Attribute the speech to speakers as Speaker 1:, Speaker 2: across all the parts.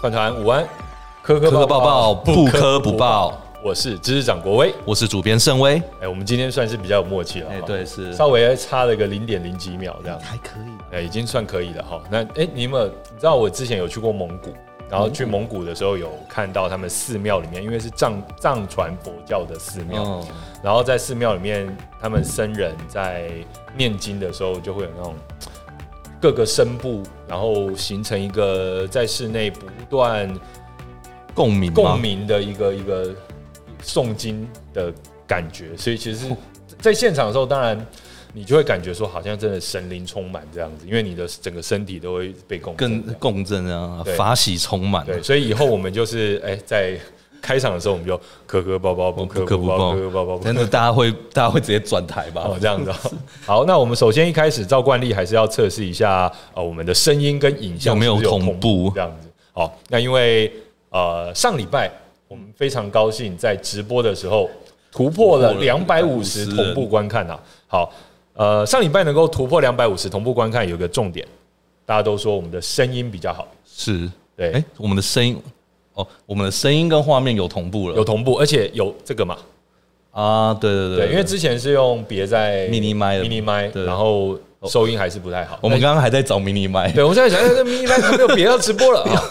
Speaker 1: 团团午安，磕磕
Speaker 2: 磕磕抱抱，不磕不抱。。
Speaker 1: 我是知识长国威，
Speaker 2: 我是主编盛威，
Speaker 1: 哎，我们今天算是比较有默契了，
Speaker 2: 哎
Speaker 1: 哈
Speaker 2: 对是
Speaker 1: 稍微差了个零点零几秒这样，
Speaker 2: 还可以。
Speaker 1: 哎，已经算可以了哈。那哎，你有没有你知道我之前有去过蒙古，然后去蒙古的时候有看到他们寺庙里面，因为是藏藏传佛教的寺庙，
Speaker 2: 哦，
Speaker 1: 然后在寺庙里面，他们僧人在念经的时候，就会有那种各个声部，然后形成一个在室内不断
Speaker 2: 共鸣，
Speaker 1: 共，鸣的一个一个诵经的感觉。所以其实是在现场的时候，当然你就会感觉说，好像真的神灵充满这样子，因为你的整个身体都会被共
Speaker 2: 更
Speaker 1: 振这样
Speaker 2: 共振啊
Speaker 1: 对，
Speaker 2: 法喜充满。
Speaker 1: 对，所以以后我们就是哎、在开场的时候，我们就磕磕抱抱，不
Speaker 2: 不
Speaker 1: 磕
Speaker 2: 磕
Speaker 1: 不
Speaker 2: 不
Speaker 1: 抱，
Speaker 2: 抱
Speaker 1: 磕磕抱抱，不
Speaker 2: 真 的，大家会大家会直接转台吧
Speaker 1: 哦，？这样子、哦。 好，那我们首先一开始照惯例还是要测试一下呃我们的声音跟影像
Speaker 2: 有没有
Speaker 1: 是不是
Speaker 2: 同步
Speaker 1: 这样子。好，那因为呃上礼拜我们非常高兴在直播的时候突破了
Speaker 2: 突破
Speaker 1: 两
Speaker 2: 了
Speaker 1: 百五十
Speaker 2: 250
Speaker 1: 同步观看啊。好，呃上礼拜能够突破两百五十同步观看有一个重点，大家都说我们的声音比较好，
Speaker 2: 是，
Speaker 1: 对，
Speaker 2: 哎，我们的声音，哦，我们的声音跟画面有同步
Speaker 1: 有
Speaker 2: 了
Speaker 1: 同步，而且有这个嘛，
Speaker 2: 啊？对对
Speaker 1: 对，因为之前是用别在
Speaker 2: Mini 麦的
Speaker 1: mini 麦，
Speaker 2: 对
Speaker 1: 然后收音还是不太好，
Speaker 2: 我们刚刚还在找迷你麦，
Speaker 1: 对，我们现在想，哎，这迷你麦没有别要直播了 啊，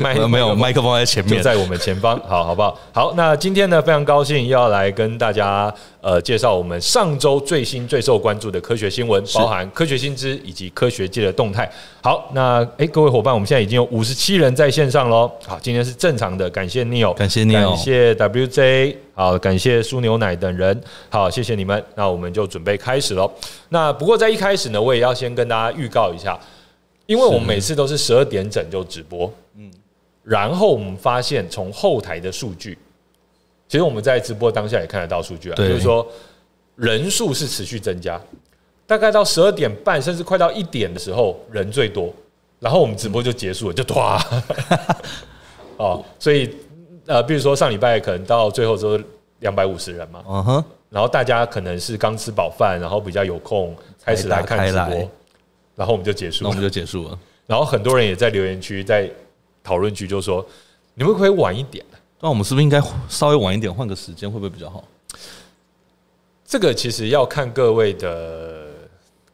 Speaker 1: 麦
Speaker 2: 没有麦克风在前
Speaker 1: 就
Speaker 2: 面，
Speaker 1: 在我们前 方，好好不好？好，那今天呢，非常高兴要来跟大家呃介绍我们上周最新最受关注的科学新闻，包含科学新知以及科学界的动态。好，那哎、各位伙伴，我们现在已经有五十七人在线上喽。好，今天是正常的，感谢 Neil，
Speaker 2: 感谢 Neil
Speaker 1: 感谢 WJ，好，感谢苏牛奶等人，好，谢谢你们。那我们就准备开始喽。那不过在一开始呢，我也要先跟大家预告一下，因为我们每次都是十二点整就直播，然后我们发现从后台的数据，其实我们在直播当下也看得到数据啊，就
Speaker 2: 对
Speaker 1: 是说人数是持续增加，大概到十二点半甚至快到一点的时候人最多，然后我们直播就结束了，就唰， 哦，所以呃，比如说上礼拜可能到最后都两百五十人嘛，
Speaker 2: 嗯哼，
Speaker 1: 然后大家可能是刚吃饱饭，然后比较有空开始来看直
Speaker 2: 才打开
Speaker 1: 播
Speaker 2: 来，
Speaker 1: 然后我们就结束
Speaker 2: 那
Speaker 1: 了
Speaker 2: 我。们就结束了。
Speaker 1: 然后很多人也在留言区、在讨论区就说：“你们可不可以晚一点啊
Speaker 2: 那我们是不是应该稍微晚一点，换个时间，会不会比较好？？”
Speaker 1: 这个其实要看各位的、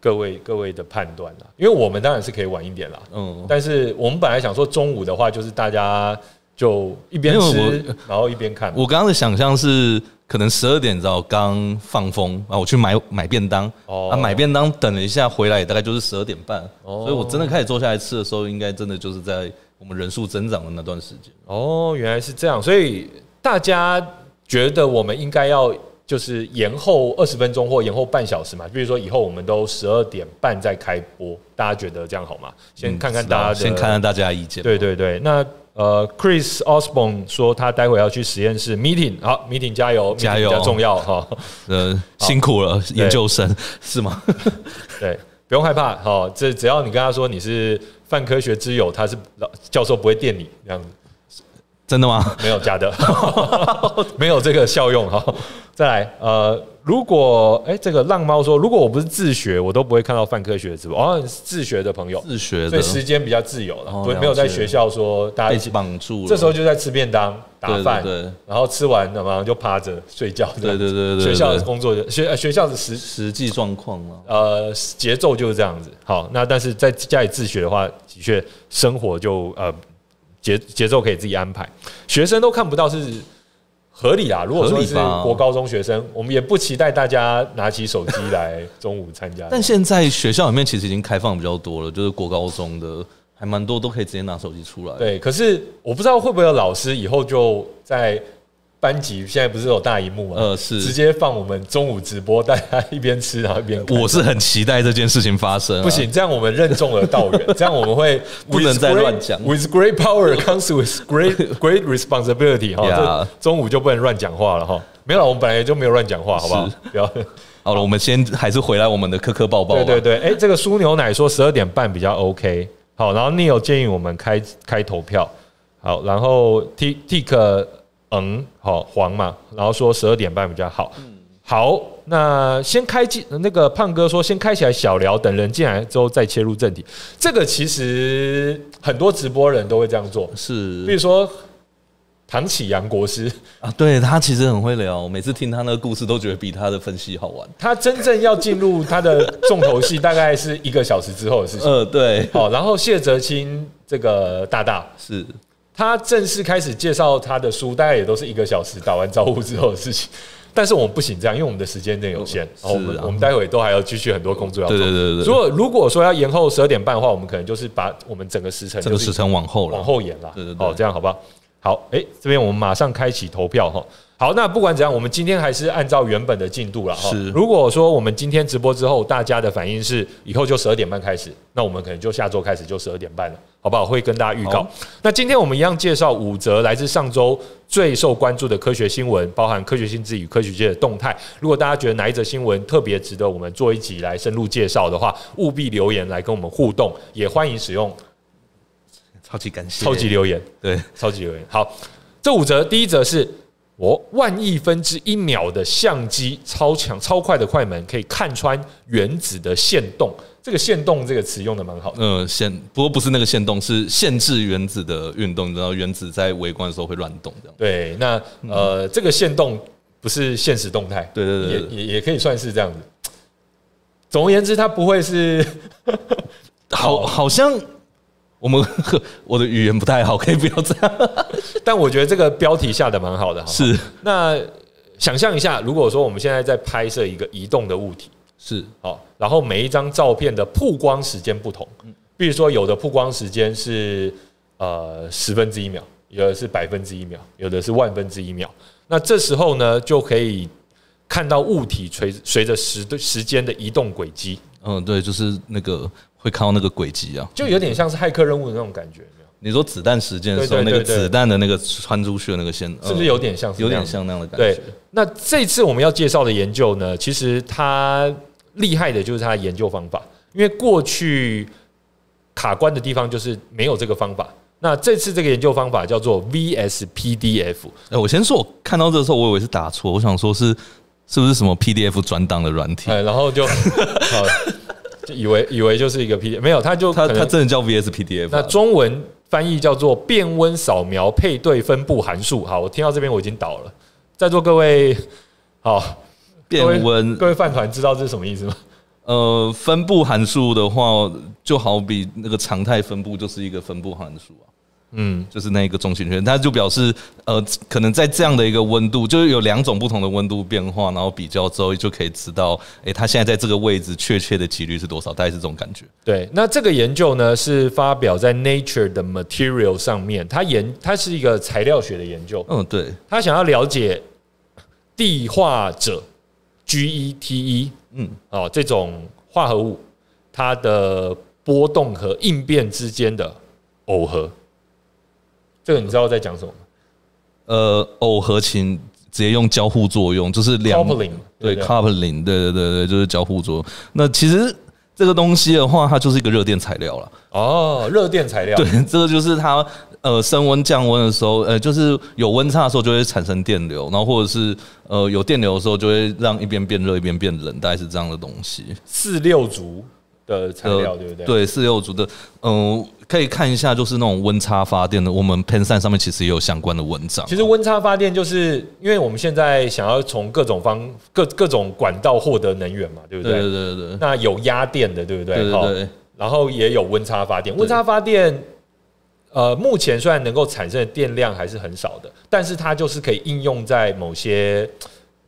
Speaker 1: 各位、各位的判断啦。因为我们当然是可以晚一点啦，
Speaker 2: 嗯，
Speaker 1: 但是我们本来想说中午的话，就是大家就一边
Speaker 2: 没有
Speaker 1: 吃，然后一边看。
Speaker 2: 我刚刚的想象是，可能十二点你知道刚放风，然后我去买买便当，
Speaker 1: 哦
Speaker 2: 啊，买便当等了一下回来，大概就是十二点半，
Speaker 1: 哦
Speaker 2: 所以我真的开始坐下来吃的时候，应该真的就是在我们人数增长的那段时间。
Speaker 1: 哦，原来是这样，所以大家觉得我们应该要就是延后二十分钟或延后半小时嘛？比如说以后我们都十二点半再开播，大家觉得这样好吗？先看看
Speaker 2: 嗯
Speaker 1: 大家的，
Speaker 2: 先看看大家的意见。
Speaker 1: 对对对，那呃，Chris Osborne 说他待会要去实验室 meeting，好，meeting 加油，
Speaker 2: 加油
Speaker 1: meeting 比较重要 哈、
Speaker 2: 呃，辛苦了，研究生是吗？
Speaker 1: 对，不用害怕，好、这只要你跟他说你是泛科学之友，他是老教授不会电你这样子，
Speaker 2: 真的吗？
Speaker 1: 没有假 的，没有这个效用哈。再来，呃，如果哎、这个浪猫说，如果我不是自学，我都不会看到泛科学的直播，哦，你是自学的朋友，
Speaker 2: 自学
Speaker 1: 所
Speaker 2: 的
Speaker 1: 以时间比较自由了，
Speaker 2: 哦
Speaker 1: 不、
Speaker 2: 了
Speaker 1: 没有在
Speaker 2: 解
Speaker 1: 学校说大家一
Speaker 2: 被
Speaker 1: 起
Speaker 2: 绑住了。
Speaker 1: 这时候就在吃便当、打
Speaker 2: 对
Speaker 1: 饭，
Speaker 2: 对对
Speaker 1: 然后吃完马上就趴着睡觉。这样
Speaker 2: 对对对对对
Speaker 1: 学校的工作就学呃学校的时
Speaker 2: 实际状况了，
Speaker 1: 呃节奏就是这样子。好，那但是在家里自学的话，的确生活就呃节节奏可以自己安排，学生都看不到是。合理啦，如果说
Speaker 2: 合
Speaker 1: 是
Speaker 2: 理吧
Speaker 1: 国高中学生，我们也不期待大家拿起手机来中午参加。
Speaker 2: 但现在学校里面其实已经开放比较多了，就是国高中的还蛮多都可以直接拿手机出来。
Speaker 1: 对，可是我不知道会不会有老师以后就在班级，现在不是有大荧幕吗？
Speaker 2: 呃是
Speaker 1: 直接放我们中午直播，大家一边吃然后一边看。
Speaker 2: 我是很期待这件事情发生、啊。
Speaker 1: 不，行，这样我们任重而道 远，这样我们会
Speaker 2: 不能
Speaker 1: with
Speaker 2: 再
Speaker 1: great-
Speaker 2: 乱讲
Speaker 1: With great power comes with great great responsibility 哈
Speaker 2: Yeah
Speaker 1: 这中午就不能乱讲话了哈。没有啦，我们本来就没有乱讲话，好不好？不要。
Speaker 2: 好了，我们先还是回来我们的磕磕抱抱吧。
Speaker 1: 对对对，哎、这个酥牛奶说十二点半比较 OK。好，然后 Neil 建议我们开开投票。好，然后 T Tik 嗯，好黄嘛，然后说十二点半比较好。好，那先开机，那个胖哥说先开起来小聊，等人进来之后再切入正题。这个其实很多直播人都会这样做，比
Speaker 2: 是
Speaker 1: 如说唐启阳国师，
Speaker 2: 啊，对他其实很会聊，我每次听他那个故事都觉得比他的分析好玩。
Speaker 1: 他真正要进入他的重头戏，大概是一个小时之后的事情。
Speaker 2: 呃，对，
Speaker 1: 好，然后谢哲青这个大大，
Speaker 2: 是
Speaker 1: 他正式开始介绍他的书，大概也都是一个小时打完招呼之后的事情。但是我们不行这样，因为我们的时间内有限，
Speaker 2: 是
Speaker 1: 哦、我们
Speaker 2: 啊
Speaker 1: 我们待会都还要继续很多工作要做。
Speaker 2: 对对对对对
Speaker 1: 如果如果说要延后十二点半的话，我们可能就是把我们整个时辰
Speaker 2: 这个
Speaker 1: 就是
Speaker 2: 时辰往后了，
Speaker 1: 往后延了。
Speaker 2: 对对对
Speaker 1: 好，这样好不好？好，哎、这边我们马上开启投票哈。好，那不管怎样，我们今天还是按照原本的进度了哈
Speaker 2: 是。
Speaker 1: 如果说我们今天直播之后，大家的反应是以后就十二点半开始，那我们可能就下周开始就十二点半了，好不好？会跟大家预告
Speaker 2: 好。
Speaker 1: 那今天我们一样介绍五则来自上周最受关注的科学新闻，包含科学新知与科学界的动态。如果大家觉得哪一则新闻特别值得我们做一集来深入介绍的话，务必留言来跟我们互动，也欢迎使用
Speaker 2: 超级感谢，
Speaker 1: 超级留言。
Speaker 2: 对，
Speaker 1: 超级留言。好，这五则第一则是我万亿分之一秒的相机超强超快的快门可以看穿原子的线动。这个线动这个词用的蛮好的。
Speaker 2: 呃，限不过不是那个限动，是限制原子的运动，你知道原子在围观的时候会乱动这样。
Speaker 1: 对，那呃，这个线动不是现实动态，
Speaker 2: 嗯对对对对
Speaker 1: 也也也可以算是这样子。总而言之，它不会是 哦
Speaker 2: 好，好像我们 我的语言不太好，可以不要这样。
Speaker 1: 但我觉得这个标题下的蛮好的哈。
Speaker 2: 是
Speaker 1: 那想象一下，如果说我们现在在拍摄一个移动的物体，
Speaker 2: 是，
Speaker 1: 好，然后每一张照片的曝光时间不同，比如说有的曝光时间是呃十分之一秒，有的是百分之一秒，有的是万分之一秒。那这时候呢，就可以看到物体随随着时时间的移动轨迹，
Speaker 2: 嗯，对，就是那个会看到那个轨迹啊。
Speaker 1: 就有点像是骇客任务的那种感觉，有没有
Speaker 2: 你说子弹时间的时候，
Speaker 1: 对对
Speaker 2: 那
Speaker 1: 对
Speaker 2: 个
Speaker 1: 对
Speaker 2: 子弹的那个穿出去的那个线，
Speaker 1: 是不是
Speaker 2: 嗯
Speaker 1: 有点像是
Speaker 2: 有
Speaker 1: 那
Speaker 2: 点
Speaker 1: 样子
Speaker 2: 像那样的感
Speaker 1: 对
Speaker 2: 觉？，
Speaker 1: 那这次我们要介绍的研究呢，其实它厉害的就是它的研究方法，因为过去卡关的地方就是没有这个方法。那这次这个研究方法叫做 VSPDF，
Speaker 2: 哎，我先说，我看到这的时候，我以为是打错，我想说是是不是什么 PDF 转档的软体？
Speaker 1: 哎，然后就好就以为以为就是一个 P，d 没有，它就
Speaker 2: 它
Speaker 1: 可
Speaker 2: 它
Speaker 1: 能
Speaker 2: 真的叫 VS PDF？
Speaker 1: 那
Speaker 2: 啊
Speaker 1: 中文翻译叫做变温扫描配对分布函数。好，我听到这边我已经倒了，在座各位，好，
Speaker 2: 变温
Speaker 1: 各位饭团知道这是什么意思吗？
Speaker 2: 呃，分布函数的话，就好比那个常态分布就是一个分布函数啊，
Speaker 1: 嗯，
Speaker 2: 就是那一个中心圈，它就表示呃，可能在这样的一个温度，就是有两种不同的温度变化，然后比较之后就可以知道，诶、它现在在这个位置确切的几率是多少，大概是这种感觉。
Speaker 1: 对，那这个研究呢是发表在 Nature 的 Material 上面，它研它是一个材料学的研究，
Speaker 2: 嗯，对，
Speaker 1: 它想要了解地化者 GETE
Speaker 2: 嗯，
Speaker 1: 哦这种化合物它的波动和应变之间的耦合。这个你知道我在讲什么吗
Speaker 2: 呃，耦合情直接用交互作用，就是两
Speaker 1: ？Coupling
Speaker 2: 对
Speaker 1: 不
Speaker 2: coupling，对对对对，就是交互作用。那其实这个东西的话，它就是一个热电材料了。
Speaker 1: 哦，热电材料
Speaker 2: 对， 这个就是它呃升温降温的时候，呃就是有温差的时候就会产生电流，然后或者是呃有电流的时候就会让一边变热一边变冷，大概是这样的东西。
Speaker 1: 四六族的材料，
Speaker 2: 呃
Speaker 1: 对不对？
Speaker 2: 对，四六组的，嗯、可以看一下，就是那种温差发电的，我们 Pen 三上面其实也有相关的文章。
Speaker 1: 其实温差发电就是因为我们现在想要从各种方各各种管道获得能源嘛，对不
Speaker 2: 对
Speaker 1: 对？
Speaker 2: 对对对
Speaker 1: 那有压电的，对不对？
Speaker 2: 对对
Speaker 1: 好
Speaker 2: 对，
Speaker 1: 然后也有温差发电，温差发电。呃，目前虽然能够产生的电量还是很少的，但是它就是可以应用在某些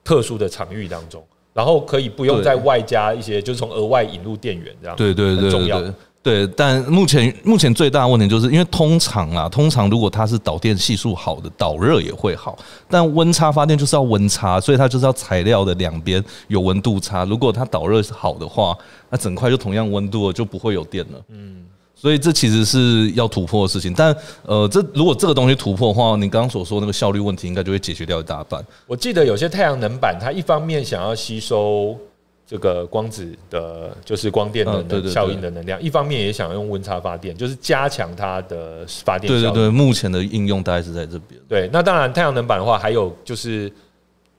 Speaker 1: 特殊的场域当中，然后可以不用
Speaker 2: 对
Speaker 1: 再外加一些，就是从额外引入电源这样。
Speaker 2: 对对
Speaker 1: 很
Speaker 2: 对
Speaker 1: 重
Speaker 2: 对
Speaker 1: 要
Speaker 2: 对。对，但目前目前最大的问题就是因为通常啊，通常如果它是导电系数好的，导热也会好，但温差发电就是要温差，所以它就是要材料的两边有温度差。如果它导热是好的话，那整块就同样温度了，就不会有电了。嗯，所以这其实是要突破的事情。但呃，这如果这个东西突破的话，你刚刚所说那个效率问题，应该就会解决掉一大半。
Speaker 1: 我记得有些太阳能板，它一方面想要吸收这个光子的，就是光电的
Speaker 2: 嗯对
Speaker 1: 能
Speaker 2: 对
Speaker 1: 效应的能量，一方面也想要用温差发电，就是加强它的发电
Speaker 2: 对
Speaker 1: 效
Speaker 2: 对
Speaker 1: 率。
Speaker 2: 对，目前的应用大概是在这边。
Speaker 1: 对那当然太阳能板的话，还有就是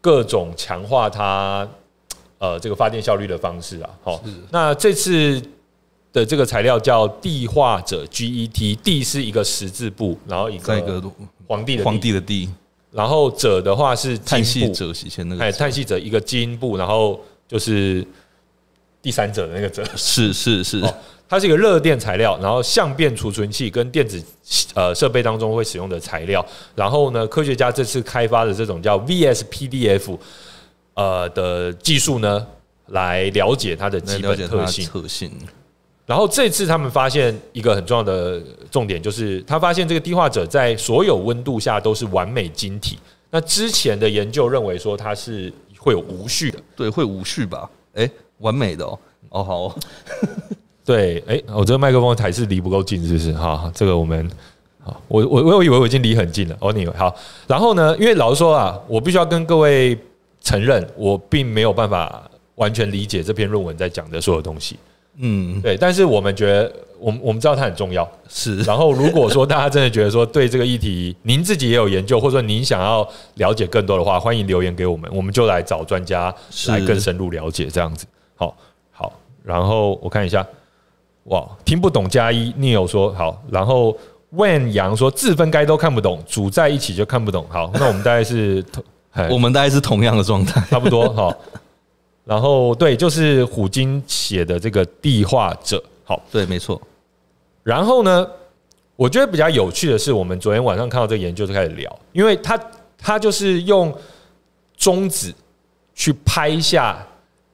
Speaker 1: 各种强化它。呃这个发电效率的方式啊。好，那这次的这个材料叫地化者 GET，地是一个十字部，然后一
Speaker 2: 在一个
Speaker 1: 个皇呃帝的
Speaker 2: 皇
Speaker 1: 帝，
Speaker 2: 帝的地，
Speaker 1: 然后者的话是金
Speaker 2: 叹息
Speaker 1: 部
Speaker 2: 者以前那
Speaker 1: 哎，
Speaker 2: 个
Speaker 1: 叹息者一个金部，然后就是第三者的那个者，
Speaker 2: 是是是
Speaker 1: 哦它是一个热电材料，然后相变储存器跟电子呃设备当中会使用的材料。然后呢，科学家这次开发的这种叫 VSPDF 呃的技术呢，来了解它的
Speaker 2: 来
Speaker 1: 基
Speaker 2: 了
Speaker 1: 本
Speaker 2: 解它
Speaker 1: 特
Speaker 2: 的
Speaker 1: 性。
Speaker 2: 特性，
Speaker 1: 然后这次他们发现一个很重要的重点，就是他发现这个低化者在所有温度下都是完美晶体。那之前的研究认为说它是会有无序的，
Speaker 2: 对，会无序吧？哎，完美的哦，哦好哦，
Speaker 1: 对，哎、我这个麦克风还是离不够近，是不是？哈，这个我们好，我我我以为我已经离很近了，我哦以为好。然后呢，因为老实说啊，我必须要跟各位承认，我并没有办法完全理解这篇论文在讲的所有东西。
Speaker 2: 嗯，
Speaker 1: 对，但是我们觉得，我们我们知道它很重要。
Speaker 2: 是
Speaker 1: 然后，如果说大家真的觉得说对这个议题您自己也有研究，或者说您想要了解更多的话，欢迎留言给我们，我们就来找专家
Speaker 2: 是
Speaker 1: 来更深入了解这样子。好，好，然后我看一下，哇，听不懂加一你有说好，然后 When 杨说字分开都看不懂，组在一起就看不懂。好，那我们大概是同哎
Speaker 2: 我们大概是同样的状态，
Speaker 1: 差不多好。然后对，就是虎鲸写的这个地化者，好。
Speaker 2: 对，没错，
Speaker 1: 然后呢，我觉得比较有趣的是，我们昨天晚上看到这个研究就开始聊，因为他他就是用中指去拍下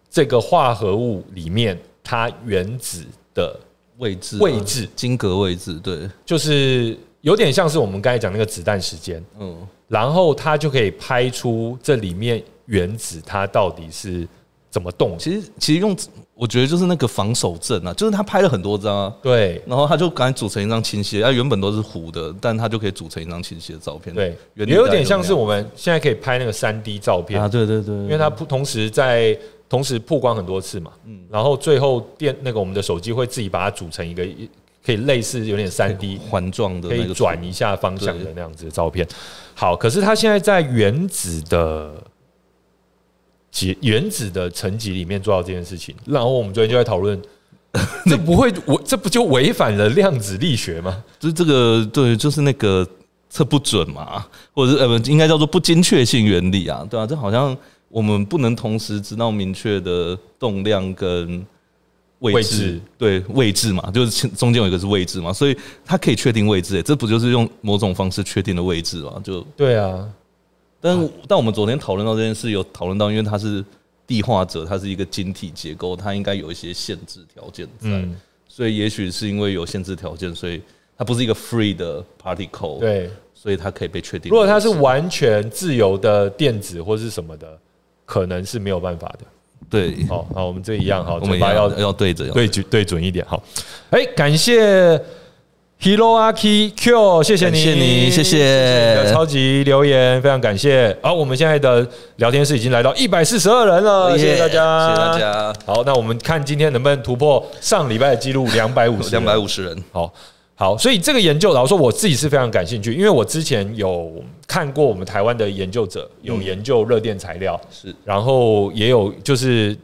Speaker 1: 这个化合物里面它原子的，
Speaker 2: 位置啊
Speaker 1: 位置
Speaker 2: 金格位置，对，
Speaker 1: 就是有点像是我们刚才讲那个子弹时间，
Speaker 2: 嗯，
Speaker 1: 然后它就可以拍出这里面原子它到底是怎么动的。
Speaker 2: 其实其实用我觉得就是那个防守阵啊，就是他拍了很多张啊。
Speaker 1: 对
Speaker 2: 然后他就赶紧组成一张清晰的，它原本都是糊的，但他就可以组成一张清晰的照片。
Speaker 1: 对，也
Speaker 2: 原理大概
Speaker 1: 有点像是
Speaker 2: 就
Speaker 1: 我们现在可以拍那个三 D 照
Speaker 2: 那
Speaker 1: 片
Speaker 2: 样啊，对对对，因
Speaker 1: 因为它不同时在同时曝光很多次嘛，然后最后电那个我们的手机会自己把它组成一个可以类似有点三 D
Speaker 2: 环状的
Speaker 1: 可
Speaker 2: 那
Speaker 1: 以
Speaker 2: 个
Speaker 1: 转一下方向的那样子的照片。好，可是它现在在原子的级原子的层级里面做到这件事情，然后我们昨天就在讨 论。这不会违，这不就违反了量子力学吗？
Speaker 2: 就是这个对，就是那个测不准嘛，或者是呃不，应该叫做不精确性原理啊，对啊，这好像我们不能同时知道明确的动量跟位置，
Speaker 1: 位置
Speaker 2: 对位置嘛，就是其中间有一个是位置嘛，所以它可以确定位置、欸，这不就是用某种方式确定的位置嘛？就
Speaker 1: 对啊，
Speaker 2: 但但我们昨天讨论到这件事，有讨论到，因为它是地化者，它是一个晶体结构，它应该有一些限制条件在。
Speaker 1: 嗯，
Speaker 2: 所以也许是因为有限制条件，所以它不是一个 free 的 particle，，
Speaker 1: 对。
Speaker 2: 所以它可以被确定。
Speaker 1: 如果它是完全自由的电子或是什么的，可能是没有办法的。
Speaker 2: 对，
Speaker 1: 好，好，我们这一样，好，
Speaker 2: 我
Speaker 1: 哦嘴
Speaker 2: 们也哎
Speaker 1: 巴
Speaker 2: 要
Speaker 1: 要
Speaker 2: 要对着，要
Speaker 1: 对准对准一点，好。哎，感谢 Hiroaki Q，谢谢你，
Speaker 2: 感谢你谢谢
Speaker 1: 你的超级留言，非常感谢。好，我们现在的聊天室已经来到一百四十二人了，谢谢大家，
Speaker 2: 哦谢谢大。家，
Speaker 1: 好，那我们看今天能不能突破上礼拜的记录两百五十，
Speaker 2: 两百五十人，
Speaker 1: 好好，所以这个研究，老实说，我自己是非常感兴趣，因为我之前有看过我们台湾的研究者有研究热电材料，
Speaker 2: 嗯是
Speaker 1: 然后也有就是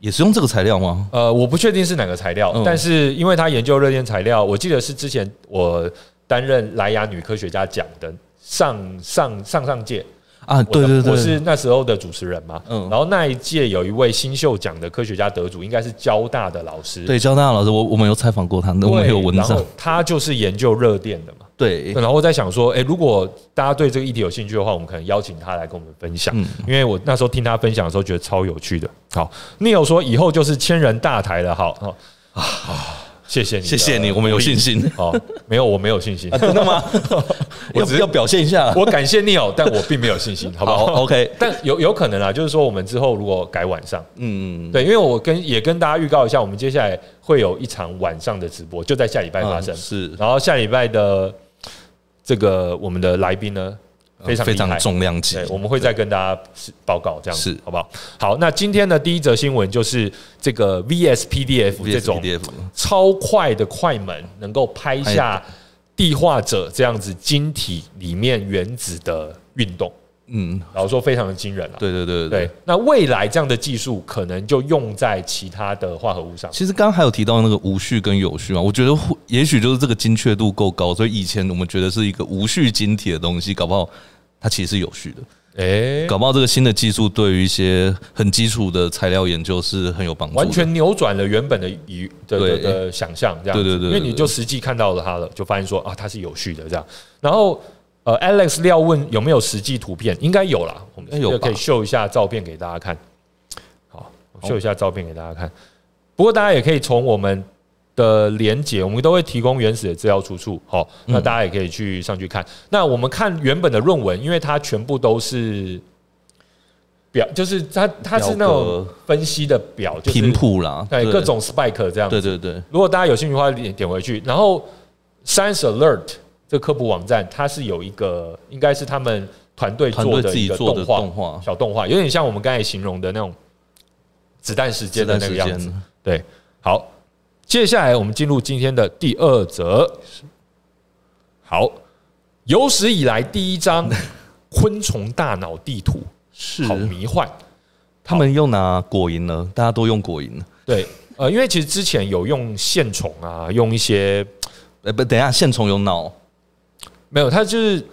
Speaker 2: 也是用这个材料吗？
Speaker 1: 呃，我不确定是哪个材料，
Speaker 2: 嗯
Speaker 1: 但是因为他研究热电材料，我记得是之前我担任莱雅女科学家奖的上上上上届，
Speaker 2: 啊，
Speaker 1: 我
Speaker 2: 对
Speaker 1: 的
Speaker 2: 对对，
Speaker 1: 我是那时候的主持人嘛，
Speaker 2: 嗯
Speaker 1: 然后那一届有一位新秀奖的科学家得主，应该是交大的老师，
Speaker 2: 对交大老师，我我们有采访过他，
Speaker 1: 对，
Speaker 2: 我们有文
Speaker 1: 然
Speaker 2: 章
Speaker 1: 后，他就是研究热电的嘛。
Speaker 2: 对
Speaker 1: 对，然后我在想说，诶，如果大家对这个议题有兴趣的话，我们可能邀请他来跟我们分享，
Speaker 2: 嗯
Speaker 1: 因为我那时候听他分享的时候，觉得超有趣的。好，Neil 说以后就是千人大台了，好，好，谢谢你，
Speaker 2: 啊谢谢你，我们有信。心， 啊
Speaker 1: 好，没有，我没有信心，
Speaker 2: 真的吗？
Speaker 1: 我
Speaker 2: 要
Speaker 1: 只是
Speaker 2: 要表现一下，
Speaker 1: 我感谢 Neil，但我并没有信心，好不好
Speaker 2: 好，OK
Speaker 1: 但有有可能啊，就是说我们之后如果改晚上，
Speaker 2: 嗯，
Speaker 1: 对，因为我跟也跟大家预告一下，我们接下来会有一场晚上的直播，就在下礼拜发
Speaker 2: 啊
Speaker 1: 生。
Speaker 2: 是
Speaker 1: 然后下礼拜的这个我们的来宾呢，非常
Speaker 2: 嗯非
Speaker 1: 厉
Speaker 2: 常
Speaker 1: 害
Speaker 2: 重量级
Speaker 1: 对，，我们会再跟大家是报告这样子
Speaker 2: 是，
Speaker 1: 好不好？好，那今天的第一则新闻就是这个 VSPDF 这种
Speaker 2: VSPDF
Speaker 1: 超快的快门，能够拍下地化者这样子晶体里面原子的运动。
Speaker 2: 嗯，
Speaker 1: 老实说非常的惊人了、啊
Speaker 2: 对对对
Speaker 1: 对，那未来这样的技术可能就用在其他的化合物上。
Speaker 2: 其实刚刚还有提到那个无序跟有序嘛，我觉得或也许就是这个精确度够高，所以以前我们觉得是一个无序晶体的东西，搞不好它其实是有序的，
Speaker 1: 哎、
Speaker 2: 搞不好这个新的技术对于一些很基础的材料研究是很有帮助的。
Speaker 1: 完全扭转了原本的疑的的
Speaker 2: 对
Speaker 1: 的想象，这样子
Speaker 2: 对对对对
Speaker 1: 因为你就实际看到了它了，就发现说啊，它是有序的这样。然后呃，Alex 廖问有没有实际图片，应该有啦，我们
Speaker 2: 应该哎有
Speaker 1: 这个可以
Speaker 2: 吧
Speaker 1: 秀一下照片给大家看。好，我秀一下照片给大家看。不过大家也可以从我们的连接，我们都会提供原始的资料出处。好，
Speaker 2: 嗯
Speaker 1: 那大家也可以去上去看。那我们看原本的论文，因为它全部都是。表就是它，它是那
Speaker 2: 表
Speaker 1: 种
Speaker 2: 格
Speaker 1: 分析的表，就是
Speaker 2: 频谱啦，
Speaker 1: 对，各种 spike 这样。
Speaker 2: 对对对，
Speaker 1: 如果大家有兴趣的话，点点回去。然后 Science Alert 这个科普网站，它是有一个，应该是他们团队
Speaker 2: 团
Speaker 1: 做
Speaker 2: 队
Speaker 1: 的
Speaker 2: 自
Speaker 1: 一
Speaker 2: 己
Speaker 1: 个
Speaker 2: 做的
Speaker 1: 动画
Speaker 2: 动画，
Speaker 1: 小动画，有点像我们刚才形容的那种子弹时间
Speaker 2: 这
Speaker 1: 的
Speaker 2: 段
Speaker 1: 那
Speaker 2: 时
Speaker 1: 个样子。
Speaker 2: 间
Speaker 1: 对，好，接下来我们进入今天的第二则。好，有史以来第一张昆虫大脑地图，
Speaker 2: 是
Speaker 1: 好迷幻。
Speaker 2: 他们又拿果蝇了，大家都用果蝇了。
Speaker 1: 对，呃，因为其实之前有用线虫啊，用一些
Speaker 2: 哎，不，等一下，线虫有脑，
Speaker 1: 没有，他 就是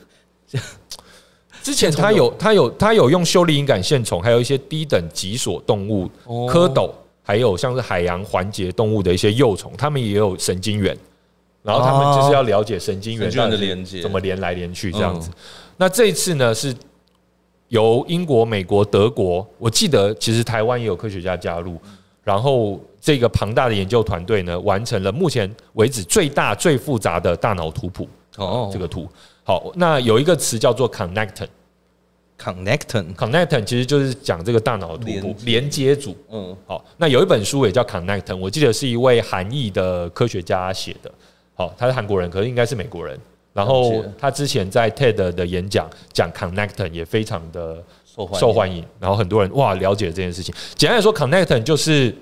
Speaker 1: 之前他有他有他有用修理隐杆线虫，还有一些低等脊索动物、
Speaker 2: 哦
Speaker 1: 蝌蚪，还有像是海洋环节动物的一些幼虫，它们也有神经元，然后他们就是要了解神经元
Speaker 2: 神经元的
Speaker 1: 到底
Speaker 2: 连接
Speaker 1: 怎么连来连去这样子。嗯那这一次呢是。由英国、美国、德国，我记得其实台湾也有科学家加入，然后这个庞大的研究团队呢，完成了目前为止最大、最复杂的大脑图谱。
Speaker 2: 哦，
Speaker 1: 这个图。好，那有一个词叫做 connecton，connecton
Speaker 2: connecton，
Speaker 1: 其实就是讲这个大脑的图谱
Speaker 2: 连接
Speaker 1: 连接组。
Speaker 2: 嗯，
Speaker 1: 好，那有一本书也叫 connecton，我记得是一位韩裔的科学家写的。好，他是韩国人，可是应该是美国人。然
Speaker 2: 了
Speaker 1: 后
Speaker 2: 解
Speaker 1: 他之前在 TED 的演讲讲 connecton 也非常的
Speaker 2: 受
Speaker 1: 受欢迎，然后很多人哇了解这件事情。简单来说，connecton 就是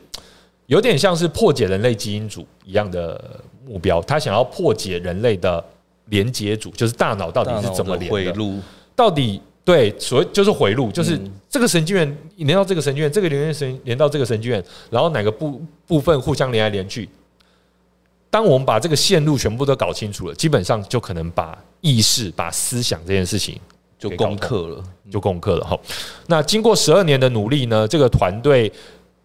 Speaker 1: 有点像是破解人类基因组一样的目标，他想要破解人类的连接组，就是大脑到底是怎么连
Speaker 2: 回
Speaker 1: 的，
Speaker 2: 路？
Speaker 1: 到底对，所谓就是回路，就是这个神经元连到这个神经元，这个连接神连到这个神经元，然后哪个部部分互相连来连去。当我们把这个线路全部都搞清楚了，基本上就可能把意识、把思想这件事情
Speaker 2: 就
Speaker 1: 给搞
Speaker 2: 攻克了，
Speaker 1: 就攻克了哈。那经过十二年的努力呢，这个团队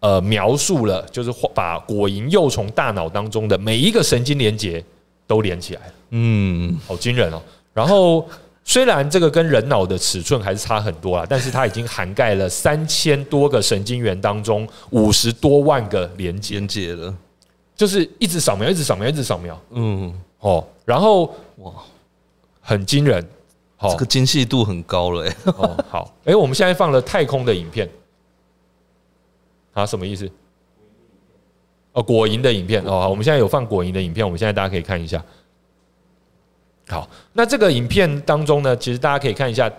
Speaker 1: 呃描述了，就是把果蝇幼虫大脑当中的每一个神经连接都连起来了，
Speaker 2: 嗯，
Speaker 1: 好惊人哦。然后虽然这个跟人脑的尺寸还是差很多啦，但是它已经涵盖了三千多个神经元当中五十多万个连接，
Speaker 2: 连接了，
Speaker 1: 就是一直扫描，一直扫描，一直扫描
Speaker 2: 嗯，
Speaker 1: 哦。然后
Speaker 2: 哇，
Speaker 1: 很惊人，哦好、
Speaker 2: 这个精细度很高了，哎，
Speaker 1: 哦，好，哎、我们现在放了太空的影片，啊，什么意思？哦，果蝇的影片哦，好我们现在有放果蝇的影片，我们现在大家可以看一下。好，那这个影片当中呢，其实大家可以看一下，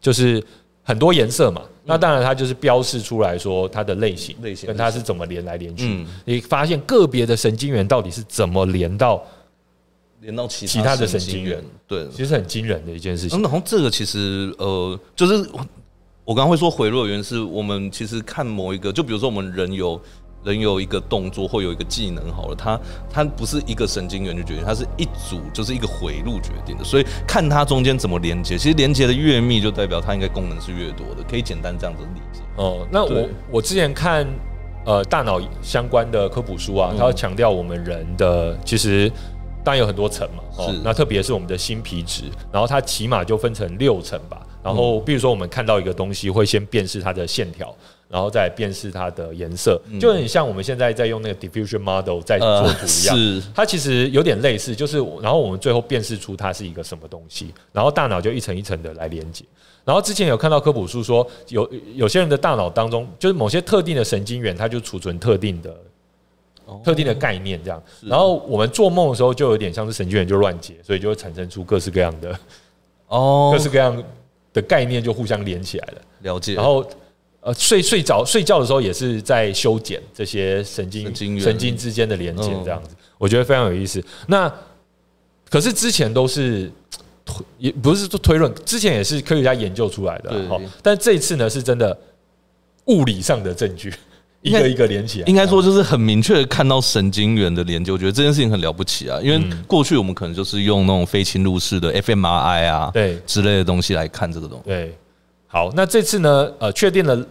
Speaker 1: 就是很多颜色嘛。那当然，它就是标示出来说它的类型，
Speaker 2: 嗯类型
Speaker 1: 跟它是怎么连来连去。
Speaker 2: 嗯
Speaker 1: 你发现个别的神经元到底是怎么连到，
Speaker 2: 连到其
Speaker 1: 其他的神
Speaker 2: 经
Speaker 1: 经元，
Speaker 2: 对，
Speaker 1: 其实很惊人的一件事情。
Speaker 2: 嗯，然后这个其实呃，就是我刚刚会说回落的原因是我们其实看某一个，就比如说我们人有人有一个动作或有一个技能好了，它它不是一个神经元就决定，它是一组就是一个回路决定的，所以看它中间怎么连接，其实连接的越密就代表它应该功能是越多的，可以简单这样子理解。
Speaker 1: 哦，那我
Speaker 2: 对
Speaker 1: 我之前看呃大脑相关的科普书啊，
Speaker 2: 嗯
Speaker 1: 它会强调我们人的其实当然有很多层嘛，哦
Speaker 2: 是，
Speaker 1: 那特别是我们的新皮质，然后它起码就分成六层吧。然
Speaker 2: 嗯
Speaker 1: 后比如说我们看到一个东西，会先辨识它的线条，然后再辨识它的颜色，
Speaker 2: 嗯
Speaker 1: 就很像我们现在在用那个 diffusion model 在做图一样。
Speaker 2: 呃是
Speaker 1: 它其实有点类似，就是我然后我们最后辨识出它是一个什么东西，然后大脑就一层一层的来连接。然后之前有看到科普书说，有有些人的大脑当中，就是某些特定的神经元，它就储存特定的、
Speaker 2: 哦
Speaker 1: 特定的概念这样。然后我们做梦的时候，就有点像是神经元就乱接，所以就会产生出各式各样的、
Speaker 2: 哦
Speaker 1: 各，式各样的概念就互相连起来了。
Speaker 2: 了解。
Speaker 1: 然后呃睡睡着睡觉的时候也是在修剪这些神经
Speaker 2: 神经元嗯
Speaker 1: 之间的连接，这样子、我觉得非常有意思。那可是之前都是推也不是说推论，之前也是科学家研究出来的啊
Speaker 2: 对
Speaker 1: 哈。但这一次呢，是真的物理上的证据，一个一个连起来。
Speaker 2: 应该说就是很明确地看到神经元的连接，我觉得这件事情很了不起啊。因为
Speaker 1: 嗯
Speaker 2: 过去我们可能就是用那种非侵入式的 fMRI 啊，
Speaker 1: 对
Speaker 2: 之类的东西来看这个东西。
Speaker 1: 对，好，那这次呢，呃，确定了。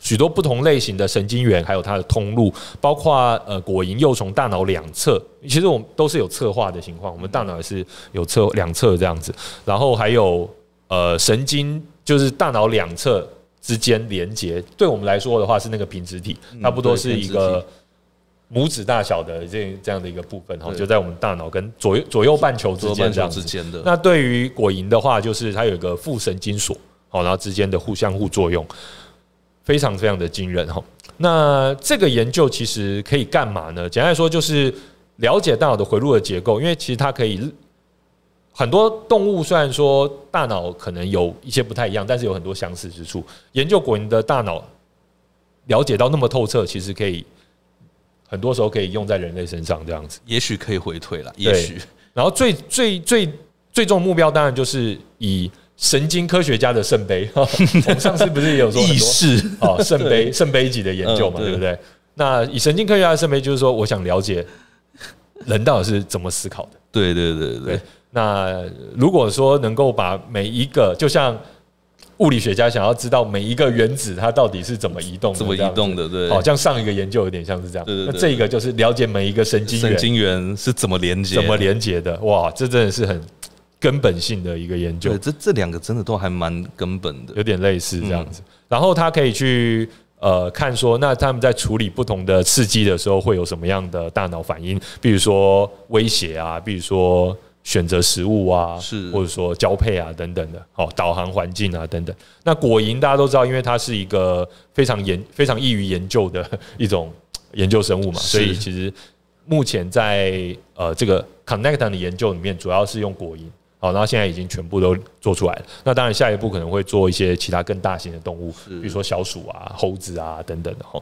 Speaker 1: 许多不同类型的神经元，还有它的通路，包括呃果蝇幼虫大脑两侧，其实我们都是有侧化的情况，我们大脑也是有侧两侧这样子，然后还有呃神经，就是大脑两侧之间连接，对我们来说的话是那个平直体，差不多
Speaker 2: 嗯对
Speaker 1: 是
Speaker 2: 平
Speaker 1: 一
Speaker 2: 直
Speaker 1: 个
Speaker 2: 体
Speaker 1: 拇指大小的这这样的一个部分哈，
Speaker 2: 对
Speaker 1: 就在我们大脑跟左右左右半球之
Speaker 2: 左
Speaker 1: 间
Speaker 2: 半
Speaker 1: 这
Speaker 2: 球
Speaker 1: 样子
Speaker 2: 之。间的，
Speaker 1: 那对于果蝇的话，就是它有一个副神经锁，好，然后之间的互相互作用，非常非常的惊人哈。那这个研究其实可以干嘛呢？简单来说，就是了解大脑的回路的结构，因为其实它可以很多动物虽然说大脑可能有一些不太一样，但是有很多相似之处。研究果蝇的大脑了解到那么透彻，其实可以很多时候可以用在人类身上这样子。
Speaker 2: 也许可以回退了，也许
Speaker 1: 然后最最最最终目标当然就是以神经科学家的圣杯， 我们上次不是也有说很
Speaker 2: 意
Speaker 1: 多
Speaker 2: 识
Speaker 1: 哦圣杯圣杯级的研究嘛，
Speaker 2: 嗯对
Speaker 1: 对不对？那以神经科学家的圣杯，就是说我想了解人到底是怎么思考的。
Speaker 2: 对对对对
Speaker 1: 对，那如果说能够把每一个，就像物理学家想要知道每一个原子它到底是怎么移动的，
Speaker 2: 怎么移动的？
Speaker 1: 这
Speaker 2: 对，
Speaker 1: 样子？哦好像上一个研究有点像是这样。
Speaker 2: 对对
Speaker 1: 那
Speaker 2: 对
Speaker 1: 这一个就是了解每一个神经
Speaker 2: 神
Speaker 1: 元
Speaker 2: 经元是怎么连接？
Speaker 1: 怎么？连接的？哇，这真的是很根本性的一个研究
Speaker 2: 对，，这这两个真的都还蛮根本的。
Speaker 1: 有点类似这样子。然后他可以
Speaker 2: 嗯
Speaker 1: 去呃看说，那他们在处理不同的刺激的时候会有什么样的大脑反应？比如说威胁啊，比如说选择食物啊，
Speaker 2: 是
Speaker 1: 或者说交配啊等等的，哦，导航环境啊等等。那果蝇大家都知道，因为它是一个非常研非常易于研究的一种研究生物嘛，
Speaker 2: 是
Speaker 1: 所以其实目前在呃这个 Connecton 的研究里面，主要是用果蝇。好，然后现在已经全部都做出来了。那当然，下一步可能会做一些其他更大型的动物，比如说小鼠啊、猴子啊等等的。哦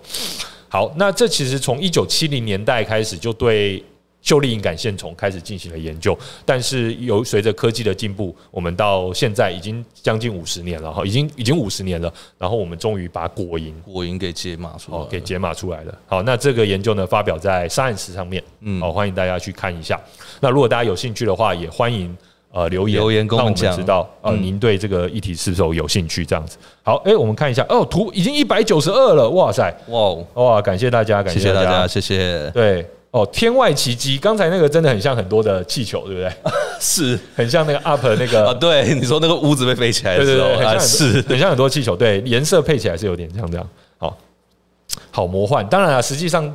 Speaker 1: 好，那这其实从一九七零年代开始就对秀丽隐杆线虫开始进行了研究，但是由随着科技的进步，我们到现在已经将近五十年了哈，已经已经五十年了，然后我们终于把果蝇
Speaker 2: 果蝇给解码出来
Speaker 1: 哦
Speaker 2: 了，
Speaker 1: 给解码出来了。好，那这个研究呢发表在《Science》上面，嗯，好、欢迎大家去看一下。那如果大家有兴趣的话，也欢迎呃留言
Speaker 2: 留言跟我
Speaker 1: 让我
Speaker 2: 们
Speaker 1: 们
Speaker 2: 讲
Speaker 1: 知道呃、
Speaker 2: 嗯
Speaker 1: 您对这个议题是否有兴趣这样子。好，哎、我们看一下哦，图已经一百九十二了，哇塞！
Speaker 2: 哇哦，
Speaker 1: 哇，感谢大家，感
Speaker 2: 谢谢
Speaker 1: 大
Speaker 2: 大家，谢谢。
Speaker 1: 对，哦，天外奇迹，刚才那个真的很像很多的气球，对不对？
Speaker 2: 是
Speaker 1: 很像那个 UP 那 个，
Speaker 2: 啊，对，你说那个屋子被飞起来的
Speaker 1: 对对
Speaker 2: 时候
Speaker 1: 对，很像
Speaker 2: 啊，
Speaker 1: 很多
Speaker 2: 是
Speaker 1: 很像很多气球，对，颜色配起来是有点像这样，好，好魔幻。当然了，实际上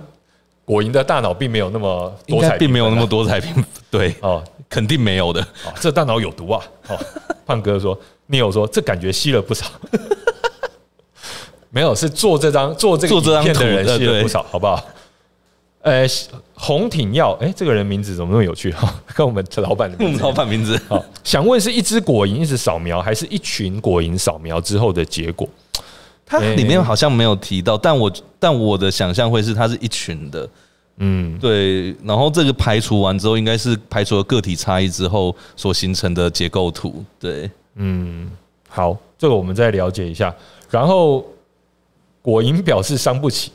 Speaker 1: 果蝇的大脑并没有那么
Speaker 2: 应
Speaker 1: 多彩缤纷
Speaker 2: 该
Speaker 1: 啊，
Speaker 2: 并没有那么多彩屏，对，
Speaker 1: 哦。
Speaker 2: 肯定没 有的。
Speaker 1: 哦，这大脑有毒啊！哦，胖哥说，你有说这感觉吸了不少， 没有是做这张做这个
Speaker 2: 做这
Speaker 1: 影
Speaker 2: 张
Speaker 1: 片的
Speaker 2: 图
Speaker 1: 人
Speaker 2: 的
Speaker 1: 吸了
Speaker 2: 对
Speaker 1: 不少，好不好？呃，红挺耀，哎，这个人名字怎么那么有趣哈、 跟我们老板的
Speaker 2: 我
Speaker 1: 名
Speaker 2: 们
Speaker 1: 字。
Speaker 2: 老板名字
Speaker 1: 好，想问是一只果蝇一直扫描，还是一群果蝇扫描之后的结果？
Speaker 2: 它
Speaker 1: 对
Speaker 2: 里面好像没有提到，但我但我的想象会是它是一群的，
Speaker 1: 嗯，
Speaker 2: 对。然后这个排除完之后，应该是排除了个体差异之后所形成的结构图，对。
Speaker 1: 好，这个我们再了解一下。然后果蝇表示伤不起，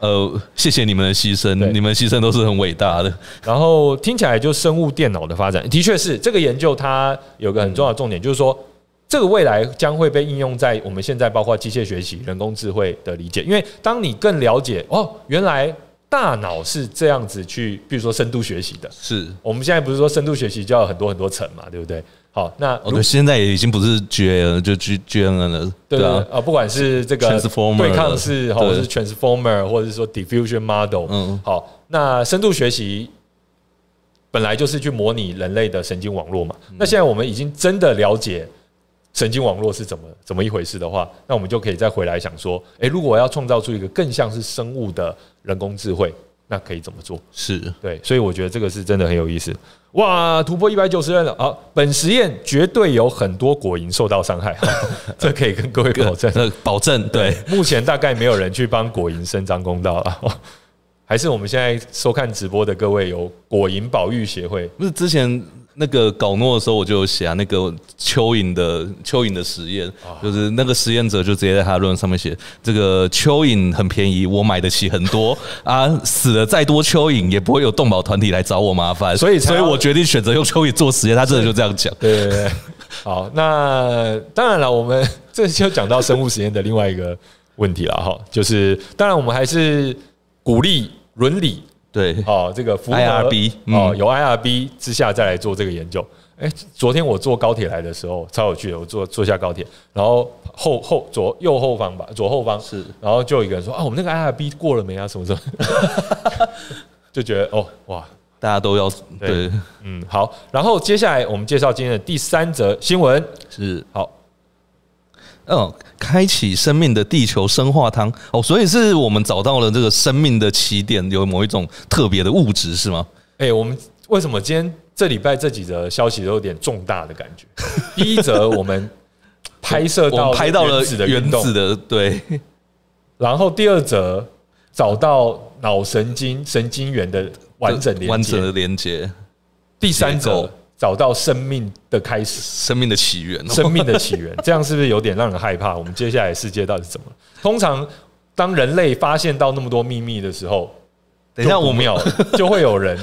Speaker 2: 呃，谢谢你们的牺牲，
Speaker 1: 对
Speaker 2: 你们的牺牲都是很伟大的。
Speaker 1: 然后听起来就生物电脑的发展，的确是这个研究它有个很重要的重点，就是说这个未来将会被应用在我们现在包括机械学习、人工智慧的理解，因为当你更了解哦，原来大脑是这样子去，比如说深度学习的。
Speaker 2: 是，
Speaker 1: 我们现在不是说深度学习就要有很多很多层嘛，对不对？好，那
Speaker 2: 哦，对，现在也已经不是 G L 就 G G N N 了，
Speaker 1: 对
Speaker 2: 啊，
Speaker 1: 啊，不管是这个
Speaker 2: Transformer
Speaker 1: 对抗式，或者
Speaker 2: 对
Speaker 1: 是 transformer，或者是说 diffusion model，
Speaker 2: 嗯
Speaker 1: 好，那深度学习本来就是去模拟人类的神经网络嘛。
Speaker 2: 嗯
Speaker 1: 那现在我们已经真的了解神经网络是怎么怎么一回事的话，那我们就可以再回来想说，诶，如果要创造出一个更像是生物的人工智慧，那可以怎么做？
Speaker 2: 是
Speaker 1: 对，所以我觉得这个是真的很有意思。哇，突破一百九十人了！好，本实验绝对有很多果蝇受到伤害， 这可以跟各位保 证。
Speaker 2: 呃，保证对，
Speaker 1: 目前大概没有人去帮果蝇伸张公道了， 还是我们现在收看直播的各位有果蝇保育协会
Speaker 2: 不是之前那个搞诺的时候，我就有写啊，那个蚯蚓的蚯蚓的实验，
Speaker 1: 哦
Speaker 2: 就是那个实验者就直接在他的论文上面写，这个蚯蚓很便宜，我买得起很多 啊，死了再多蚯蚓也不会有动保团体来找我麻烦，
Speaker 1: 所以才
Speaker 2: 所以
Speaker 1: 要
Speaker 2: 我决定选择用蚯蚓做实验，他真的就这样讲。
Speaker 1: 对对对， 好，那当然了，我们这就讲到生物实验的另外一个问题了哈，就是当然我们还是鼓励伦理
Speaker 2: 对，
Speaker 1: 哦，这个符合
Speaker 2: IRB
Speaker 1: 哦，
Speaker 2: 嗯
Speaker 1: 有 IRB 之下再来做这个研究。哎、昨天我坐高铁来的时候超有趣的，我坐坐下高铁，然后后后左右后方吧，左后方
Speaker 2: 是
Speaker 1: 然后就有一个人说啊，我们那个 IRB 过了没啊？什么什 么，就觉得哦哇，
Speaker 2: 大家都要
Speaker 1: 对
Speaker 2: 对，
Speaker 1: 嗯好。然后接下来我们介绍今天的第三则新闻，
Speaker 2: 是
Speaker 1: 好，
Speaker 2: 嗯，开启生命的地球生化汤哦，所以是我们找到了这个生命的起点，有某一种特别的物质是吗？
Speaker 1: 哎、我们为什么今天这礼拜这几则消息都有点重大的感觉？第一则我们 拍摄
Speaker 2: 我们
Speaker 1: 到
Speaker 2: 拍到了
Speaker 1: 原子的运
Speaker 2: 原
Speaker 1: 动
Speaker 2: 子的对，
Speaker 1: 然后第二则找到脑神经神经元的 完整连接，
Speaker 2: 完整的连接，
Speaker 1: 第三
Speaker 2: 结
Speaker 1: 则
Speaker 2: 构
Speaker 1: 找到生命的开始，
Speaker 2: 生命的起源哦。
Speaker 1: 生命的起源，这样是不是有点让人害怕？我们接下来世界到底是怎么了？通常当人类发现到那么多秘密的时候，
Speaker 2: 等一下，
Speaker 1: 就不
Speaker 2: 我们
Speaker 1: 妙了就会有 人，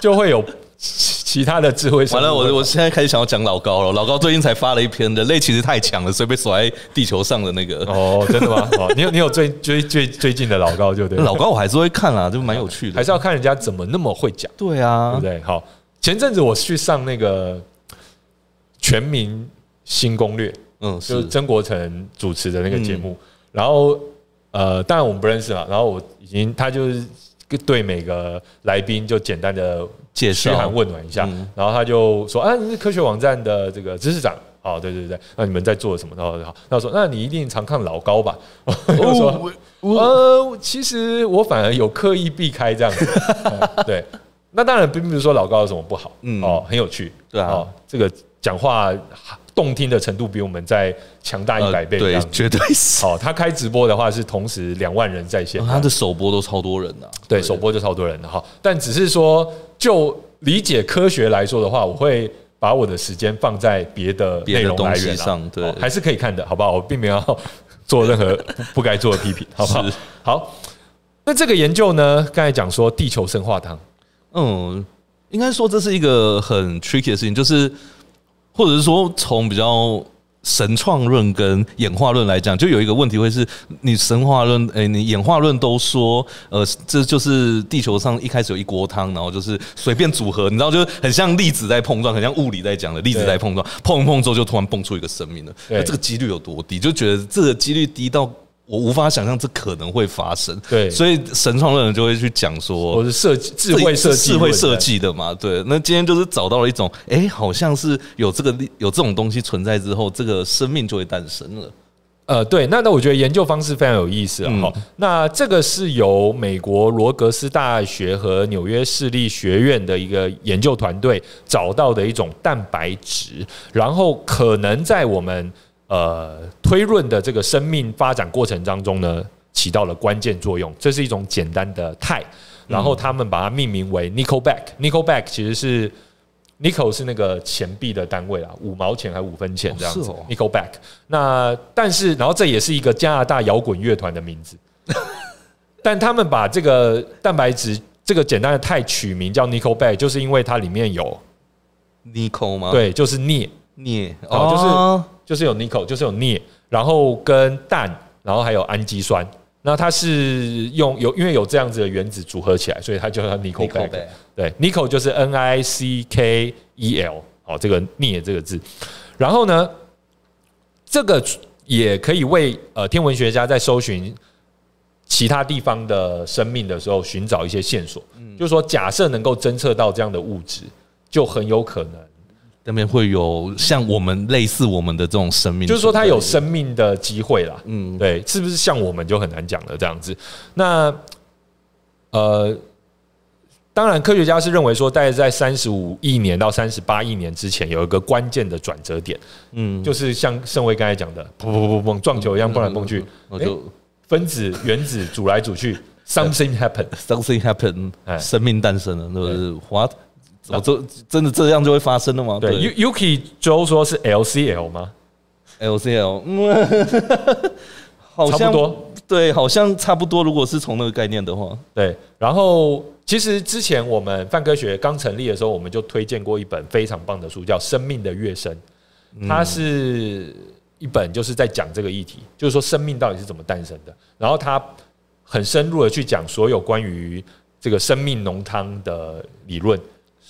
Speaker 1: 就会有其其他的智慧生
Speaker 2: 完
Speaker 1: 物
Speaker 2: 了，我
Speaker 1: 会
Speaker 2: 我现在开始想要讲老高了。老高最近才发了一篇《人类其实太强了，所以被锁在地球上的那个》。
Speaker 1: 哦，真的吗？哦，你有你有最最最最近的老高就对了，
Speaker 2: 老高我还是会看啦，就蛮有趣的。
Speaker 1: 还是要看人家怎么那么会讲。
Speaker 2: 对啊，
Speaker 1: 对不对？好，前阵子我去上那个《全民新攻略》，
Speaker 2: 嗯，
Speaker 1: 就是
Speaker 2: 是嗯
Speaker 1: 曾国成主持的那个节目，然后呃，当然我们不认识嘛，然后我已经他就是对每个来宾就简单的
Speaker 2: 介
Speaker 1: 嘘寒
Speaker 2: 绍
Speaker 1: 问暖一下，
Speaker 2: 哦嗯
Speaker 1: 然后他就说啊，你是科学网站的这个知识长。哦，对对对，那你们在做什么？然后好，那我说，那你一定常看老高吧？我就说，
Speaker 2: 哦
Speaker 1: 呃，其实我反而有刻意避开这样 子。哦对，那当然并不是说老高有什么不好，
Speaker 2: 嗯
Speaker 1: 哦，很有趣，
Speaker 2: 对啊
Speaker 1: 哦，这个讲话动听的程度比我们再强大一百倍这
Speaker 2: 呃对
Speaker 1: 样，子。
Speaker 2: 绝对 是。哦
Speaker 1: 好、他开直播的话是同时两万人在线，
Speaker 2: 他的首播都超多人呐、啊，
Speaker 1: 对首播就超多人的哈。但只是说，就理解科学来说的话，我会把我的时间放在别的内容来
Speaker 2: 别的
Speaker 1: 源
Speaker 2: 东西上对
Speaker 1: 哦还是可以看的，好不好？我并没有要做任何 不不该做的批评，好不好
Speaker 2: 是？
Speaker 1: 好。那这个研究呢，刚才讲说地球生化汤，
Speaker 2: 嗯，应该说这是一个很 tricky 的事情，就是或者是说从比较神创论跟演化论来讲，就有一个问题会是，你神话论，诶、你演化论都说，呃，这就是地球上一开始有一锅汤，然后就是随便组合，你知道，就是很像粒子在碰撞，很像物理在讲的粒子在碰撞，碰一碰之后就突然蹦出一个生命了，
Speaker 1: 对
Speaker 2: 那这个几率有多低？就觉得这个几率低到。我无法想象这可能会发生，
Speaker 1: 对
Speaker 2: 所以神创论人就会去讲说，
Speaker 1: 我是设计智
Speaker 2: 这
Speaker 1: 慧
Speaker 2: 也是
Speaker 1: 设计
Speaker 2: 智慧
Speaker 1: 论
Speaker 2: 设
Speaker 1: 坛
Speaker 2: 计的嘛，对。那今天就是找到了一种，哎、好像是有这个力有这种东西存在之后，这个生命就会诞生了。
Speaker 1: 呃，对，那那我觉得研究方式非常有意思啊。
Speaker 2: 嗯
Speaker 1: 好、那这个是由美国罗格斯大学和纽约市立学院的一个研究团队找到的一种蛋白质，然后可能在我们呃推论的这个生命发展过程当中呢，起到了关键作用。这是一种简单的肽，然后他们把它命名为 nickel back。nickel back 其实是 nickel 是那个钱币的单位啦，五毛钱还五分钱这样子。
Speaker 2: 哦是哦
Speaker 1: nickel back。那但是，然后这也是一个加拿大摇滚乐团的 名字，但他们把这个蛋白质这个简单的肽取名叫 nickel back，就是因为它里面有、
Speaker 2: n i c o 吗？，
Speaker 1: 对，就是镍，
Speaker 2: 镍
Speaker 1: 哦就是有 nickel，就是有镍，然后跟氮，然后还有氨基酸。那它是用有因为有这样子的原子组合起来，所以它就叫
Speaker 2: n i
Speaker 1: nickel
Speaker 2: c o
Speaker 1: back。对，nickel 就是 N I C K E L，哦，这个镍这个字。然后呢，这个也可以为呃天文学家在搜寻其他地方的生命的时候寻找一些线索。就是说，假设能够侦测到这样的物质，就很有可能，
Speaker 2: 那边会有像我们类似我们的这种生命，
Speaker 1: 就是说它有生命的机会啦。
Speaker 2: 嗯，
Speaker 1: 对，是不是像我们就很难讲了这样子？那呃，当然，科学家是认为说，大概在三十五亿年到三十八亿年之前，有一个关键的转折点，
Speaker 2: 嗯，
Speaker 1: 就是像盛威刚才讲的，砰砰砰砰砰撞球一样蹦来蹦去，
Speaker 2: 我
Speaker 1: 诶
Speaker 2: 嗯就
Speaker 1: 分子原子组来组去，something happened。
Speaker 2: something happened，
Speaker 1: 哎
Speaker 2: 生命诞生了，就是 what 我这真的这样就会发生了吗？
Speaker 1: 对，U Yuki Joe 说是 LCL 吗？
Speaker 2: LCL，嗯， 好像
Speaker 1: 差不多，
Speaker 2: 对，好像差不多。如果是从那个概念的话，
Speaker 1: 对，然后其实之前我们泛科学刚成立的时候，我们就推荐过一本非常棒的书，叫《生命的跃升》，它是一本就是在讲这个议题，就是说生命到底是怎么诞生的。然后它很深入的去讲所有关于这个生命浓汤的理论。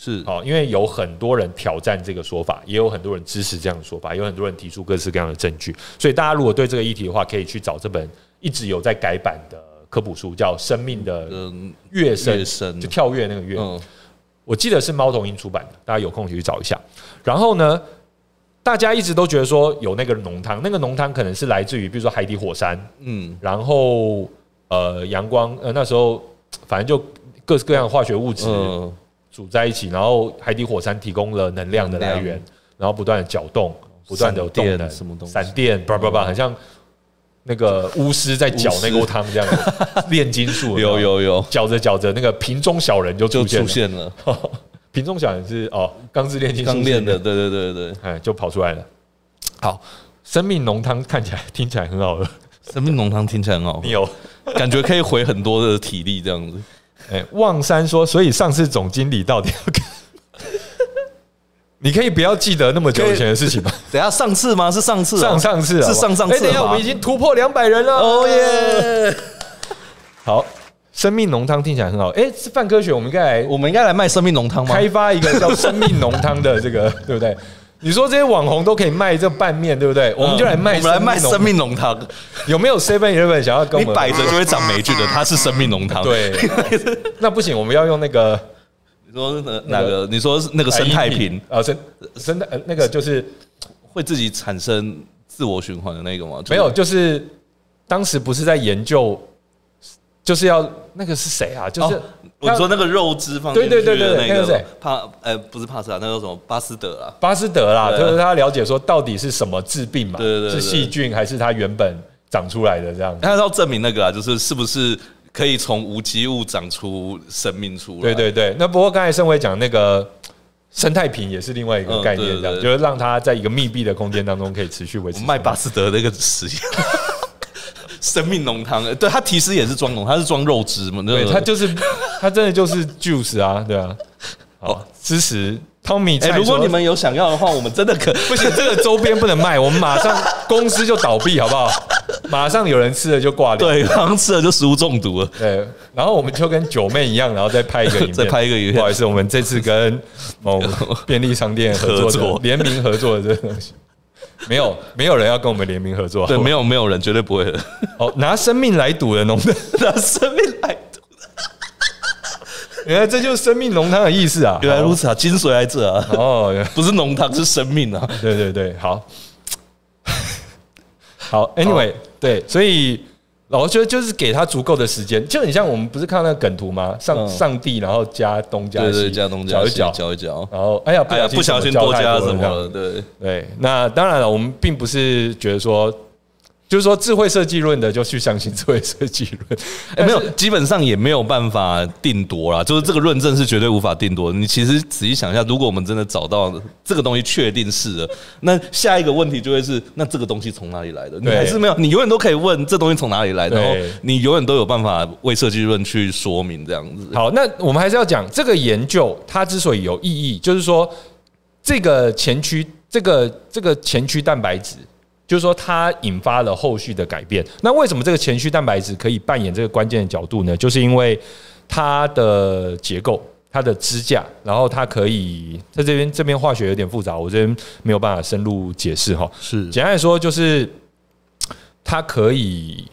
Speaker 2: 是
Speaker 1: 好，哦因为有很多人挑战这个说法，也有很多人支持这样的说法，有很多人提出各式各样的证据。所以大家如果对这个议题的话，可以去找这本一直有在改版的科普书，叫《生命的
Speaker 2: 嗯，
Speaker 1: 跃升》，
Speaker 2: 跃升
Speaker 1: 就跳跃那个跃。
Speaker 2: 嗯，
Speaker 1: 我记得是猫头鹰出版的，大家有空去找一下。然后呢，大家一直都觉得说有那个浓汤，那个浓汤可能是来自于比如说海底火山，
Speaker 2: 嗯，
Speaker 1: 然后呃阳光，呃那时候反正就各式各样的化学物质。
Speaker 2: 嗯，
Speaker 1: 组在一起，然后海底火山提供了能量的来
Speaker 2: 能
Speaker 1: 源
Speaker 2: 量，
Speaker 1: 然后不断的搅动，不断的有动
Speaker 2: 闪
Speaker 1: 能，
Speaker 2: 电什么东西哦
Speaker 1: 闪电，叭叭叭，很像那个巫师在搅那锅汤这样 子，炼金术
Speaker 2: 有
Speaker 1: 没有，
Speaker 2: 有有，
Speaker 1: 搅着搅着，那个瓶中小人就
Speaker 2: 就
Speaker 1: 出现
Speaker 2: 出
Speaker 1: 了。
Speaker 2: 现了，
Speaker 1: 瓶中小人是哦，钢之炼金术
Speaker 2: 刚练的，
Speaker 1: 是
Speaker 2: 对对对对
Speaker 1: 那
Speaker 2: 对，
Speaker 1: 个，哎，就跑出来了。好，生命浓汤看起来听起来很好喝，
Speaker 2: 生命浓汤听起来很好喝
Speaker 1: 你，有？
Speaker 2: 感觉可以回很多的体力这样子。
Speaker 1: 哎，望山说，所以上次总经理到底要干？ 你可以不要记得那么久以前的事情吗？
Speaker 2: 等一下上次吗？是上次啊，
Speaker 1: 上上次啊
Speaker 2: 是上上次
Speaker 1: 哎，等一下，
Speaker 2: 吧
Speaker 1: 我们已经突破两百人了。
Speaker 2: 哦！耶！
Speaker 1: 好，生命浓汤听起来很好。哎，是泛科学，我们应该来
Speaker 2: 我们应该来卖生命浓汤吗？
Speaker 1: 开发一个叫“生命浓汤”的这个，对不对？你说这些网红都可以卖这拌面，对不对？我们就来卖，
Speaker 2: 嗯我们来卖生。命浓汤，
Speaker 1: 有没有 Seven Eleven 想要跟
Speaker 2: 你
Speaker 1: 我们？
Speaker 2: 摆着就会长霉菌的，它是生命浓汤。，
Speaker 1: 对，那不行，我们要用那个
Speaker 2: 你说那哪个？你说是那个生态瓶
Speaker 1: 啊，生生态呃那个就是
Speaker 2: 会自己产生自我循环的那个吗？就是
Speaker 1: 没有，就是当时不是在研究，就是要那个是谁啊？就是
Speaker 2: 哦我说那个肉汁放进去
Speaker 1: 对对对
Speaker 2: 的
Speaker 1: 对
Speaker 2: 那
Speaker 1: 那个谁
Speaker 2: 个帕呃不是帕斯啊，那个叫什么巴斯德啊？
Speaker 1: 巴斯德啦，
Speaker 2: 对啊
Speaker 1: 就是他了解说到底是什么治病嘛，
Speaker 2: 对对对对
Speaker 1: 是细菌还是它原本长出来的这样？
Speaker 2: 他要证明那个啊，就是是不是可以从无机物长出生命出来？
Speaker 1: 对对对。那不过刚才盛伟讲那个生态瓶也是另外一个概念，这样、
Speaker 2: 嗯对对对
Speaker 1: 就是让它在一个密闭的空间当中可以持续维
Speaker 2: 我
Speaker 1: 持
Speaker 2: 们。卖巴斯德那个实验， 生命浓汤，对它其实也是装浓，它是装肉汁嘛，
Speaker 1: 对，
Speaker 2: 不
Speaker 1: 它就是它真的就是 juice 啊，对啊。好
Speaker 2: 哦，
Speaker 1: 支持 Tommy
Speaker 2: 哎、
Speaker 1: 蔡说。
Speaker 2: 如果你们有想要的话，我们真的可
Speaker 1: 不行，这个周边不能卖，我们马上公司就倒闭，好不好？马上有人吃了就挂掉。
Speaker 2: 对，刚刚吃了就食物中毒了。
Speaker 1: 对，然后我们就跟九妹一样，然后再拍一个影片，
Speaker 2: 再拍一个影片
Speaker 1: 不好意思，我们这次跟某便利商店合 作的
Speaker 2: 合作
Speaker 1: 联名合作的这个东西， 没有没有人要跟我们联名合作，
Speaker 2: 对，没
Speaker 1: 有
Speaker 2: 有没有人绝对不会 的，
Speaker 1: 哦，拿生命来赌的浓 汤，
Speaker 2: 拿生命来赌。
Speaker 1: 原来这就是生命浓汤的意思啊！
Speaker 2: 原来如此啊，精髓在这啊，
Speaker 1: 哦，原来
Speaker 2: 不是浓汤是生命啊。
Speaker 1: 对对对，好， 好，anyway，对，所以我觉得就是给他足够的时间，就很像我们不是看到那个梗图吗？上
Speaker 2: 嗯
Speaker 1: 上帝，然后加东加
Speaker 2: 对
Speaker 1: 西，
Speaker 2: 对，加东加
Speaker 1: 搅一
Speaker 2: 西
Speaker 1: 搅，
Speaker 2: 搅一搅。
Speaker 1: 然后哎呀，
Speaker 2: 哎呀，不小心多加什么
Speaker 1: 了
Speaker 2: 了？对，
Speaker 1: 对，那当然了，我们并不是觉得说，就是说智慧设计论的就去相信智慧设计论，
Speaker 2: 哎，没有，基本上也没有办法定夺啦。就是这个论证是绝对无法定夺。你其实仔细想一下，如果我们真的找到这个东西确定是了，那下一个问题就会是：那这个东西从哪里来的？你
Speaker 1: 对
Speaker 2: 还是没有，你永远都可以问这东西从哪里来，然后
Speaker 1: 对
Speaker 2: 你永远都有办法为设计论去说明这样子。
Speaker 1: 好，那我们还是要讲这个研究，它之所以有意义，就是说这个前驱，这个这个前驱蛋白质，就是说它引发了后续的改变。那为什么这个前驱蛋白质可以扮演这个关键的角度呢？就是因为它的结构。它的支架，然后它可以在这边这边化学有点复杂，我这边没有办法深入解释哈。
Speaker 2: 是
Speaker 1: 简单来说，就是它可以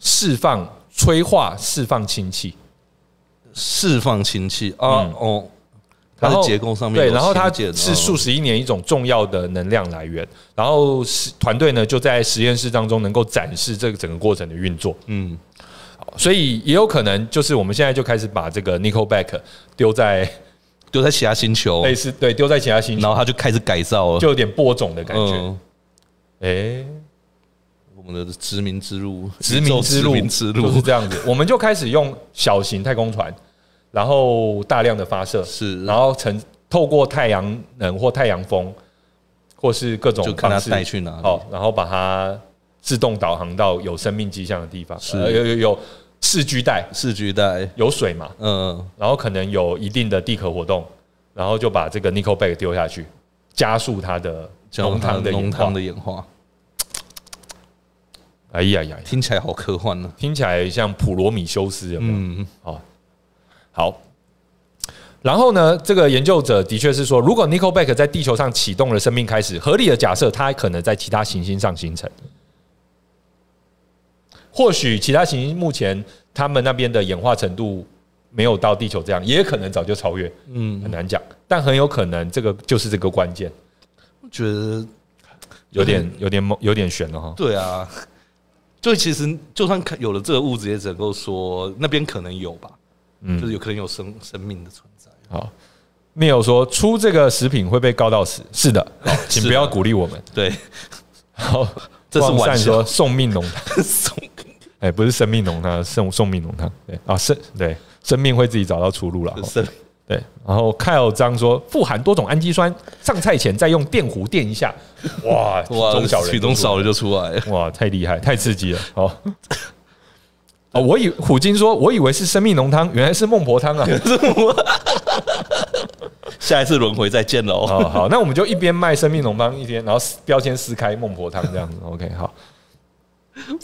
Speaker 1: 释放、催化、释放氢气，
Speaker 2: 释放氢气啊
Speaker 1: 嗯，
Speaker 2: 哦，它
Speaker 1: 然
Speaker 2: 的
Speaker 1: 后
Speaker 2: 结构上面
Speaker 1: 对，
Speaker 2: 有
Speaker 1: 然后它
Speaker 2: 氢键哦
Speaker 1: 是数十亿年一种重要的能量来源，然后是团队呢就在实验室当中能够展示这个整个过程的运作，
Speaker 2: 嗯，
Speaker 1: 所以也有可能就是我们现在就开始把这个 Nickelback 丢在
Speaker 2: 丢在其他星球，
Speaker 1: 类似对丢在其他星
Speaker 2: 然
Speaker 1: 球，
Speaker 2: 后它就开始改造了，
Speaker 1: 哎就有点播种的感觉，
Speaker 2: 哦嗯
Speaker 1: 哎。
Speaker 2: 我们的殖民之路，
Speaker 1: 殖民之
Speaker 2: 宇宙
Speaker 1: 路，
Speaker 2: 殖民之
Speaker 1: 就是
Speaker 2: 路，
Speaker 1: 这样子。我们就开始用小型太空船，然后大量的发射，
Speaker 2: 是，
Speaker 1: 然后成透过太阳能或太阳风，或是各种
Speaker 2: 就看它
Speaker 1: 方式
Speaker 2: 带去哪里
Speaker 1: 好，然后把它自动导航到有生命迹象的地方，
Speaker 2: 是
Speaker 1: 呃有有有市居带
Speaker 2: 四 G 带，
Speaker 1: 有水嘛，
Speaker 2: 嗯，
Speaker 1: 然后可能有一定的地壳活动，然后就把这个 nickel bag 丢下去，加速它的
Speaker 2: 叫
Speaker 1: 浓
Speaker 2: 它
Speaker 1: 汤的
Speaker 2: 浓
Speaker 1: 演
Speaker 2: 汤
Speaker 1: 化
Speaker 2: 的。演化，
Speaker 1: 哎呀呀，
Speaker 2: 听起来好科幻啊呢、
Speaker 1: 听起来像普罗米修斯有没有？哦
Speaker 2: 嗯，
Speaker 1: 好。然后呢，这个研究者的确是说，如果 Nickelback 在地球上启动了生命开始，合理的假设它可能在其他行星上形成。或许其他行星目前他们那边的演化程度没有到地球这样，也可能早就超越，嗯，很难讲。但很有可能这个就是这个关键，
Speaker 2: 我觉得
Speaker 1: 有点有点猛有点悬了哈。
Speaker 2: 对啊，就其实就算看有了这个物质，也只能够说那边可能有吧，就
Speaker 1: 嗯，
Speaker 2: 是有可能有生生命的存在。
Speaker 1: 好。没有说出这个食品会被告到死，是的，好， 请
Speaker 2: 哦是
Speaker 1: 不要鼓励我们。
Speaker 2: 对，
Speaker 1: 好，
Speaker 2: 这是
Speaker 1: 望
Speaker 2: 玩
Speaker 1: 善
Speaker 2: 笑
Speaker 1: 说送命浓汤，
Speaker 2: 送
Speaker 1: 哎，不是生命浓汤，送送命浓汤，对啊，生对生命会自己找到出路了。哦
Speaker 2: 生
Speaker 1: 对，然后凯尔张说富含多种氨基酸，上菜前再用电壶电一下，哇，曲
Speaker 2: 哇，
Speaker 1: 中小人，
Speaker 2: 曲中小人就出来了。
Speaker 1: 哇，太厉害，太刺激了，好。哦，我以虎鲸说，我以为是生命浓汤，原来是孟婆汤啊！
Speaker 2: 下一次轮回再见喽。
Speaker 1: 哦，好，那我们就一边卖生命浓汤，一边然后撕标签撕开孟婆汤这样子。OK，好。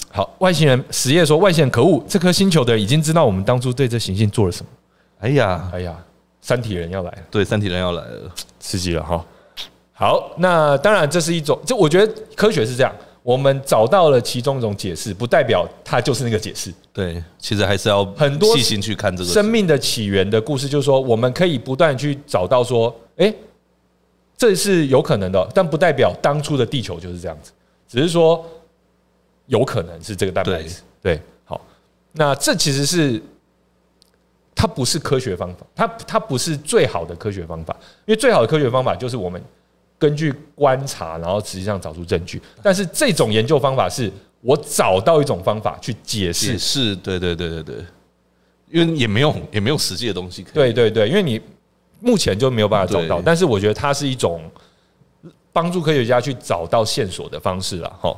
Speaker 1: 好，外星人实业说，外星人可恶，这颗星球的人已经知道我们当初对这行星做了什么。
Speaker 2: 哎呀，
Speaker 1: 哎呀，三体人要来了，
Speaker 2: 对，三体人要来了，
Speaker 1: 刺激了哈。好，那当然这是一种，这我觉得科学是这样，我们找到了其中一种解释，不代表它就是那个解释。
Speaker 2: 对，其实还是要
Speaker 1: 很多
Speaker 2: 细心去看这个
Speaker 1: 生命的起源的故事，就是说我们可以不断去找到说，诶，这是有可能的，但不代表当初的地球就是这样子，只是说有可能是这个蛋白质。对，好，那这其实是它不是科学方法，它它不是最好的科学方法，因为最好的科学方法就是我们根据观察，然后实际上找出证据。但是这种研究方法是我找到一种方法去解释
Speaker 2: 解释，对对对对对，因为也没有也没有实际的东西可以。
Speaker 1: 对对对，因为你目前就没有办法找到
Speaker 2: 对，
Speaker 1: 但是我觉得它是一种帮助科学家去找到线索的方式了。哈，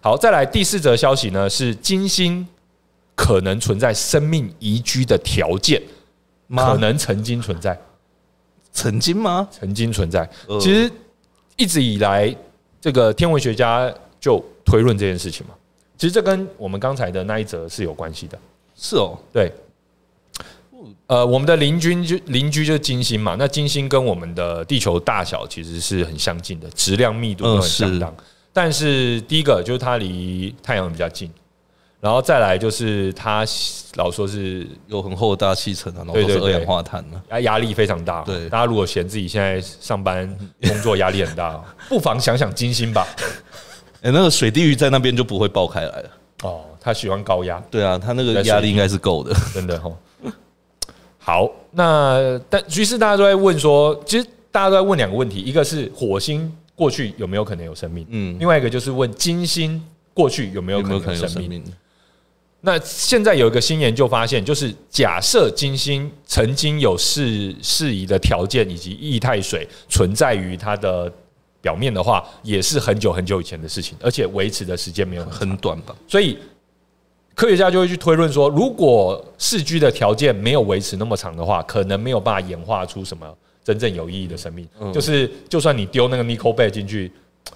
Speaker 1: 好，再来第四则消息呢，是金星可能存在生命宜居的条件，
Speaker 2: 妈
Speaker 1: 可能曾经存在，
Speaker 2: 曾经吗？
Speaker 1: 曾经存在。
Speaker 2: 呃
Speaker 1: 其实一直以来，这个天文学家就推论这件事情嘛。其实这跟我们刚才的那一则是有关系的。
Speaker 2: 是哦，
Speaker 1: 对，呃，我们的邻居就邻居就是金星嘛，那金星跟我们的地球大小其实是很相近的，质量密度都
Speaker 2: 嗯
Speaker 1: 很相
Speaker 2: 是
Speaker 1: 当。但是第一个就是它离太阳比较近，然后再来就是它老说是
Speaker 2: 有很厚的大气层啊，然后
Speaker 1: 对
Speaker 2: 都
Speaker 1: 对
Speaker 2: 是二
Speaker 1: 对
Speaker 2: 氧化碳啊呢、
Speaker 1: 压压力非常大。哦
Speaker 2: 对
Speaker 1: 大家如果嫌自己现在上班工作压力很大，哦 不妨想想金星吧。
Speaker 2: 哎、那个水地狱在那边就不会爆开来了。
Speaker 1: 哦，他喜欢高压。
Speaker 2: 对啊，它那个
Speaker 1: 在水
Speaker 2: 压力应该是够的。
Speaker 1: 真的吼。 好，那但于是大家都在问说，其实大家都在问两个问题，一个是火星过去有没有可能有生命，
Speaker 2: 嗯，
Speaker 1: 另外一个就是问金星过去有没有
Speaker 2: 有
Speaker 1: 可
Speaker 2: 没有
Speaker 1: 能
Speaker 2: 可能
Speaker 1: 有
Speaker 2: 有
Speaker 1: 生
Speaker 2: 生
Speaker 1: 命。
Speaker 2: 命？
Speaker 1: 那现在有一个新研究发现，就是假设金星曾经有适适宜的条件以及液态水存在于它的表面的话，也是很久很久以前的事情，而且维持的时间没有很
Speaker 2: 很短吧？
Speaker 1: 所以科学家就会去推论说，如果市居的条件没有维持那么长的话，可能没有办法演化出什么真正有意义的生命。
Speaker 2: 嗯
Speaker 1: 就是就算你丢那个 Nickel Bay 进去，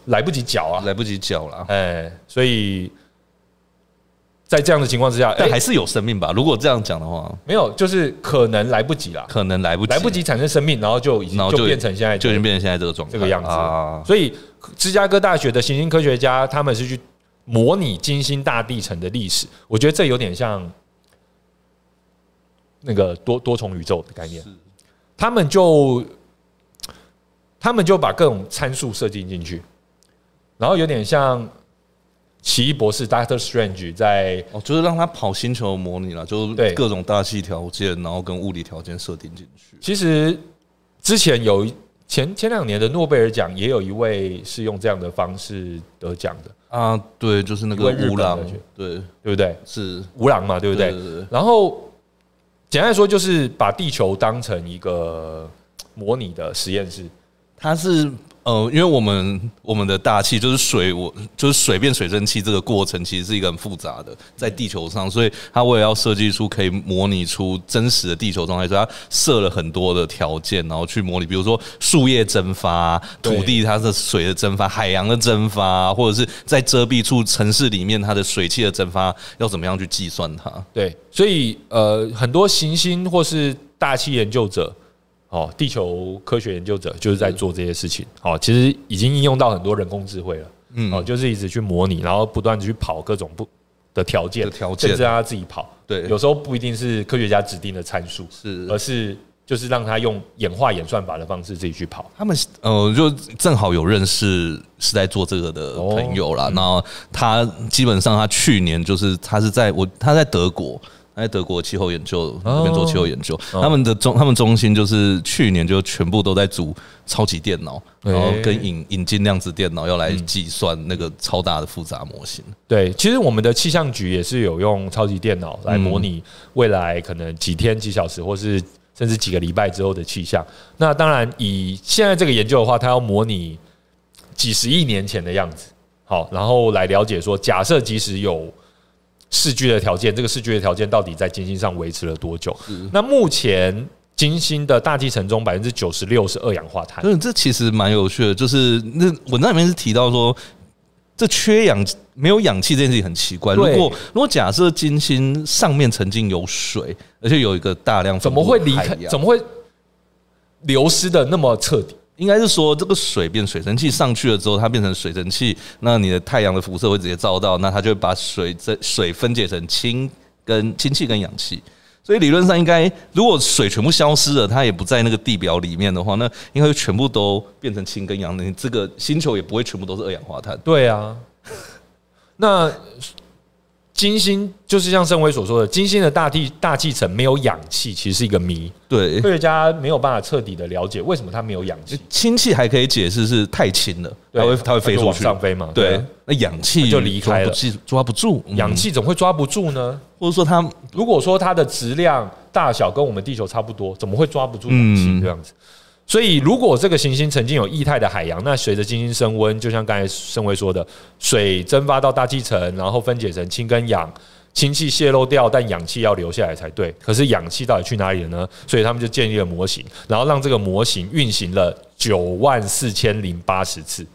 Speaker 1: 来不及搅啊，
Speaker 2: 来不及搅啦。
Speaker 1: 哎，所以在这样的情况之下，哎、
Speaker 2: 但还是有生命吧？如果这样讲的话，
Speaker 1: 没有，就是可能来不及啦，
Speaker 2: 可能来不及，
Speaker 1: 来不及产生生命，然后就已经
Speaker 2: 然后
Speaker 1: 就变成现在
Speaker 2: 就已
Speaker 1: 这个
Speaker 2: 经变成现在这个状态
Speaker 1: 这个样子
Speaker 2: 啊。
Speaker 1: 所以芝加哥大学的行星科学家他们是去模拟金星大地层的历史，我觉得这有点像那个多多重宇宙的概念。他们就他们就把各种参数设计进去，然后有点像奇异博士 Doctor Strange 在
Speaker 2: 哦，就是让它跑星球模拟了，就
Speaker 1: 对
Speaker 2: 是各种大气条件，然后跟物理条件设定进去。
Speaker 1: 其实之前有一前前两年的诺贝尔奖也有一位是用这样的方式得奖的，
Speaker 2: 啊，对，就是那个
Speaker 1: 因为日
Speaker 2: 乌
Speaker 1: 本的
Speaker 2: 狼
Speaker 1: 去，
Speaker 2: 对，
Speaker 1: 对不对？
Speaker 2: 是，
Speaker 1: 吴郎嘛，对不对？
Speaker 2: 对？
Speaker 1: 然后简单来说，就是把地球当成一个模拟的实验室。
Speaker 2: 它是呃，因为我们我们的大气就是水，我就是水变水蒸气这个过程，其实是一个很复杂的，在地球上，所以它为了要设计出可以模拟出真实的地球状态，所以它设了很多的条件，然后去模拟，比如说树叶蒸发、
Speaker 1: 对
Speaker 2: 土地它的水的蒸发、海洋的蒸发，或者是在遮蔽处城市里面它的水汽的蒸发，要怎么样去计算它？
Speaker 1: 对，所以呃，很多行星或是大气研究者，哦，地球科学研究者就是在做这些事情。哦，其实已经应用到很多人工智慧了。嗯，哦，就是一直去模拟，然后不断的去跑各种不的条件，
Speaker 2: 的条件
Speaker 1: 甚至让他自己跑。
Speaker 2: 对
Speaker 1: 有时候不一定是科学家指定的参数，
Speaker 2: 是
Speaker 1: 而是就是让他用演化演算法的方式自己去跑。
Speaker 2: 他们呃，就正好有认识是在做这个的朋友啦。然后他基本上他去年就是他是在我他在德国。他在德国气候研究那边做气候研究，他们的中他们中心就是去年就全部都在组超级电脑，
Speaker 1: 哎
Speaker 2: 然后跟引引进量子电脑要来计算那个超大的复杂模型。
Speaker 1: 对，其实我们的气象局也是有用超级电脑来模拟未来可能几天、几小时，或是甚至几个礼拜之后的气象。那当然，以现在这个研究的话，它要模拟几十亿年前的样子，好，然后来了解说，假设即使有视距的条件，这个视距的条件到底在金星上维持了多久？那目前金星的大气层中百分之九十六是二氧化碳，
Speaker 2: 所以这其实蛮有趣的，就是那文章里面是提到说，这缺氧没有氧气这件事情很奇怪。如
Speaker 1: 对
Speaker 2: 果如果假设金星上面曾经有水，而且有一个大量
Speaker 1: 怎
Speaker 2: 分
Speaker 1: 么
Speaker 2: 布
Speaker 1: 会
Speaker 2: 的
Speaker 1: 离
Speaker 2: 海
Speaker 1: 开？
Speaker 2: 洋
Speaker 1: 怎么会流失的那么彻底？
Speaker 2: 应该是说这个水变水蒸气上去了之后，它变成水蒸气，那你的太阳的辐射会直接照到，那它就会把水这水分解成氢跟氢气跟氧气。所以理论上应该，如果水全部消失了，它也不在那个地表里面的话，那应该就全部都变成氢跟氧，你这个星球也不会全部都是二氧化碳。
Speaker 1: 对啊， 那金星就是像盛威所说的，金星的大地大气层没有氧气，其实是一个谜，
Speaker 2: 对
Speaker 1: 科，学家没有办法彻底的了解为什么它没有氧气，
Speaker 2: 氢气还可以解释是太轻了，它会它会飞
Speaker 1: 就
Speaker 2: 出
Speaker 1: 往
Speaker 2: 去。
Speaker 1: 上飞嘛，
Speaker 2: 对，嗯那氧气
Speaker 1: 它就离开了
Speaker 2: 抓不住抓不住嗯
Speaker 1: 氧气怎么会抓不住呢？
Speaker 2: 或者说它
Speaker 1: 如果说它的质量大小跟我们地球差不多，怎么会抓不住氧气
Speaker 2: 嗯
Speaker 1: 这样子？所以，如果这个行星曾经有液态的海洋，那随着金星升温，就像刚才盛威说的，水蒸发到大气层，然后分解成氢跟氧，氢气泄漏掉，但氧气要留下来才对。可是氧气到底去哪里了呢？所以他们就建立了模型，然后让这个模型运行了九万四千零八十次，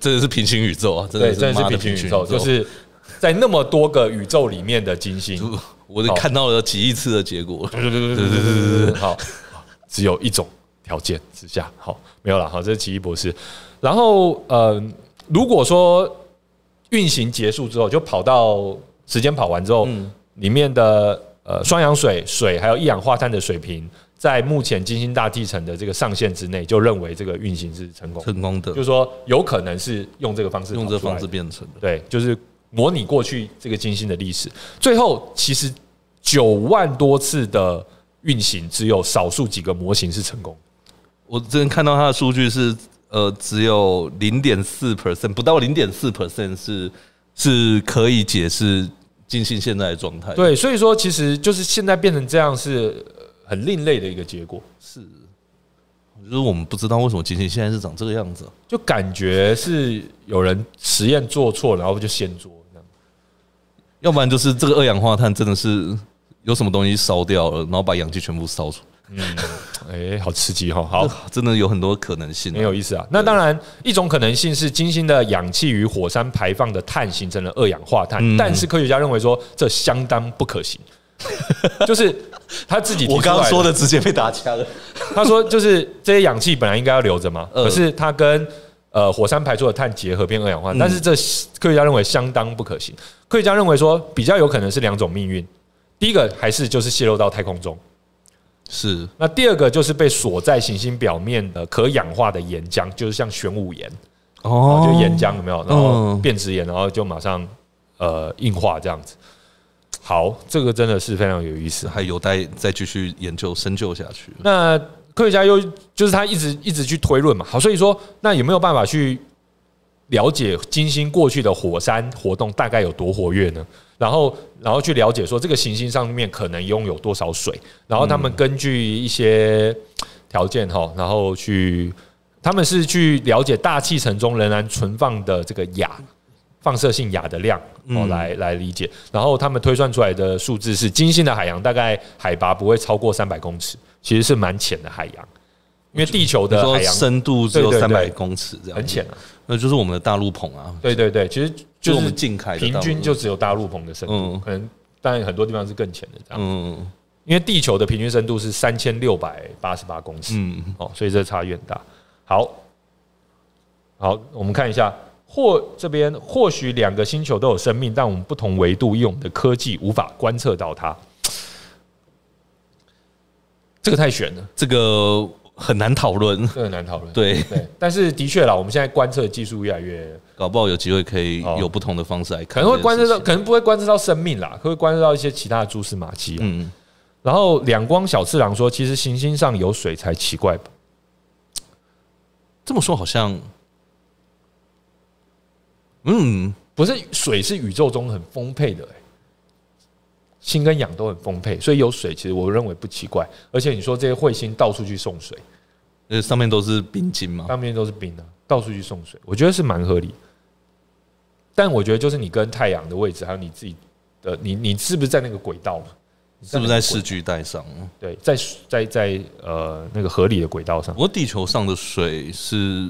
Speaker 2: 真的是平行宇宙啊，真的
Speaker 1: 对，
Speaker 2: 是
Speaker 1: 真的
Speaker 2: 妈
Speaker 1: 是
Speaker 2: 的
Speaker 1: 平行宇
Speaker 2: 宇
Speaker 1: 宙，就是在那么多个宇宙里面的金 星，
Speaker 2: 我都
Speaker 1: 好
Speaker 2: 看到了几亿次的结果。
Speaker 1: 对对对对对对对，好，只有一种条件之下，好，没有了，好，这是奇异博士。然后，呃，如果说运行结束之后，就跑到时间跑完之后，里面的呃双氧水、水还有一氧化碳的水平，在目前金星大气层的这个上限之内，就认为这个运行是成功的，
Speaker 2: 成功的
Speaker 1: 就是说有可能是用这个方式
Speaker 2: 用这
Speaker 1: 跑出来
Speaker 2: 方
Speaker 1: 的
Speaker 2: 式变成的，
Speaker 1: 对，就是模拟过去这个金星的历史。最后，其实九万多次的运行，只有少数几个模型是成功的。
Speaker 2: 我之前看到它的数据是呃，只有零点四 percent，不到零点四 percent 是是可以解释金星现在的状态。，
Speaker 1: 对，所以说，其实就是现在变成这样是呃很另类的一个结果，
Speaker 2: 就是我们不知道为什么金星现在是长这个样子啊、
Speaker 1: 就感觉是有人实验做错，然后就掀桌这样。
Speaker 2: 要不然就是这个二氧化碳真的是有什么东西烧掉了，然后把氧气全部烧出，
Speaker 1: 嗯，哎，好刺激哈、哦！好，
Speaker 2: 好，真的有很多可能性啊、
Speaker 1: 很有意思啊。那当然，一种可能性是金星的氧气与火山排放的碳形成了二氧化碳，
Speaker 2: 嗯
Speaker 1: 但是科学家认为说这相当不可行，就是他自己提出来
Speaker 2: 的直接被打掐了，
Speaker 1: 他说就是这些氧气本来应该要留着嘛，
Speaker 2: 嗯
Speaker 1: 可是它跟呃火山排出的碳结合变二氧化碳，
Speaker 2: 嗯
Speaker 1: 但是这科学家认为相当不可行。科学家认为说比较有可能是两种命运，第一个还是就是泄漏到太空中。
Speaker 2: 是
Speaker 1: 那第二个就是被锁在行星表面的可氧化的岩浆，就是像玄武岩，
Speaker 2: 哦
Speaker 1: 就岩浆有没有？然后
Speaker 2: 嗯
Speaker 1: 变质岩，然后就马上呃硬化这样子。好，这个真的是非常有意思。
Speaker 2: 哦还有待再继续研究深究下去。
Speaker 1: 那科学家又就是他一直一直去推论嘛，好，所以说那有没有办法去了解金星过去的火山活动大概有多活跃呢？然后，然后去了解说这个行星上面可能拥有多少水，然后他们根据一些条件哈，然后去他们是去了解大气层中仍然存放的这个氩放射性氩的量
Speaker 2: 嗯
Speaker 1: 哦，来来理解。然后他们推算出来的数字是金星的海洋大概海拔不会超过三百公尺，其实是蛮浅的海洋，因为地球
Speaker 2: 你
Speaker 1: 的
Speaker 2: 说
Speaker 1: 海洋
Speaker 2: 深度只有
Speaker 1: 对对
Speaker 2: 三百
Speaker 1: 对
Speaker 2: 公尺这样，
Speaker 1: 很浅啊，
Speaker 2: 那就是我们的大陆棚啊。
Speaker 1: 对对对，其实
Speaker 2: 就
Speaker 1: 就是
Speaker 2: 我
Speaker 1: 是
Speaker 2: 们近海的
Speaker 1: 平
Speaker 2: 大陆
Speaker 1: 均就只有大陆棚的深度，
Speaker 2: 嗯
Speaker 1: 可能当然很多地方是更浅的这样，
Speaker 2: 嗯
Speaker 1: 因为地球的平均深度是三千六百八十八公尺，
Speaker 2: 嗯，
Speaker 1: 哦，所以这差异很大。好，好，我们看一下。或这边或许两个星球都有生命，但我们不同维度用的科技无法观测到它。这个太悬了，
Speaker 2: 这个很难讨论。
Speaker 1: 这个很难讨论。
Speaker 2: 对，
Speaker 1: 对，但是的确啦，我们现在观测技术越来越
Speaker 2: 搞不好有机会可以
Speaker 1: 哦
Speaker 2: 有不同的方式来
Speaker 1: 可
Speaker 2: 看，
Speaker 1: 能会观测到，。可能不会观测到生命啦，可会观测到一些其他的蛛丝马迹啊、
Speaker 2: 嗯，
Speaker 1: 然后两光小次郎说，其实行星上有水才奇怪吧？
Speaker 2: 这么说好像，嗯，
Speaker 1: 不是水是宇宙中很丰沛的、欸，氢跟氧都很丰沛，所以有水其实我认为不奇怪。而且你说这些彗星到处去送水，
Speaker 2: 呃，上面都是冰晶嘛。
Speaker 1: 上面都是冰啊，到处去送水，我觉得是蛮合理。但我觉得就是你跟太阳的位置，还有你自己的，你你是不是在那个轨道嘛？你
Speaker 2: 是不
Speaker 1: 那个
Speaker 2: 是在
Speaker 1: 轨
Speaker 2: 市区带上？啊
Speaker 1: 对，在在在呃那个合理的轨道上
Speaker 2: 不。过地球上的水是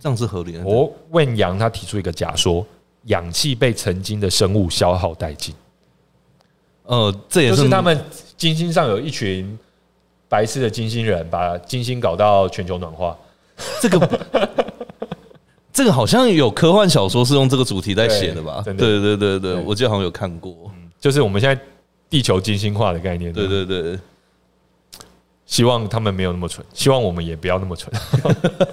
Speaker 2: 这样是合理的。
Speaker 1: 我问杨，哦他提出一个假说：氧气被曾经的生物消耗殆尽，
Speaker 2: 呃，这也
Speaker 1: 就是是他们金星上有一群白痴的金星人，把金星搞到全球暖化。
Speaker 2: 这个这个好像有科幻小说是用这个主题在写的吧？
Speaker 1: 对
Speaker 2: 对
Speaker 1: 真的
Speaker 2: 对对对，嗯
Speaker 1: 对
Speaker 2: 我记得好像有看过。
Speaker 1: 就是我们现在地球金星化的概念。
Speaker 2: 对，对对，
Speaker 1: 希望他们没有那么蠢，希望我们也不要那么蠢。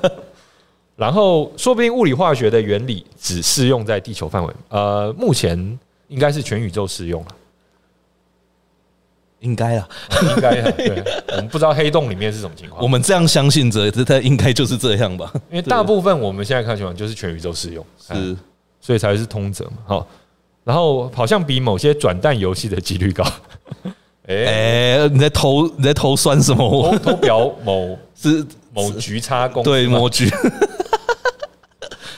Speaker 1: 然后，说不定物理化学的原理只适用在地球范围，呃，目前应该是全宇宙适用 了，
Speaker 2: 应该啊，
Speaker 1: 应该啊对。我们不知道黑洞里面是什么情况
Speaker 2: 我，们这样相信着，这它应该就是这样吧？
Speaker 1: 因为大部分我们现在看情况就是全宇宙适用。哎
Speaker 2: 是
Speaker 1: 所以才是通则嘛。好，然后好像比某些转蛋游戏的几率高。哎、
Speaker 2: 哎，你在偷你在偷酸什么？我
Speaker 1: 投投表某
Speaker 2: 是
Speaker 1: 某局差公司
Speaker 2: 对
Speaker 1: 嘛
Speaker 2: 模具。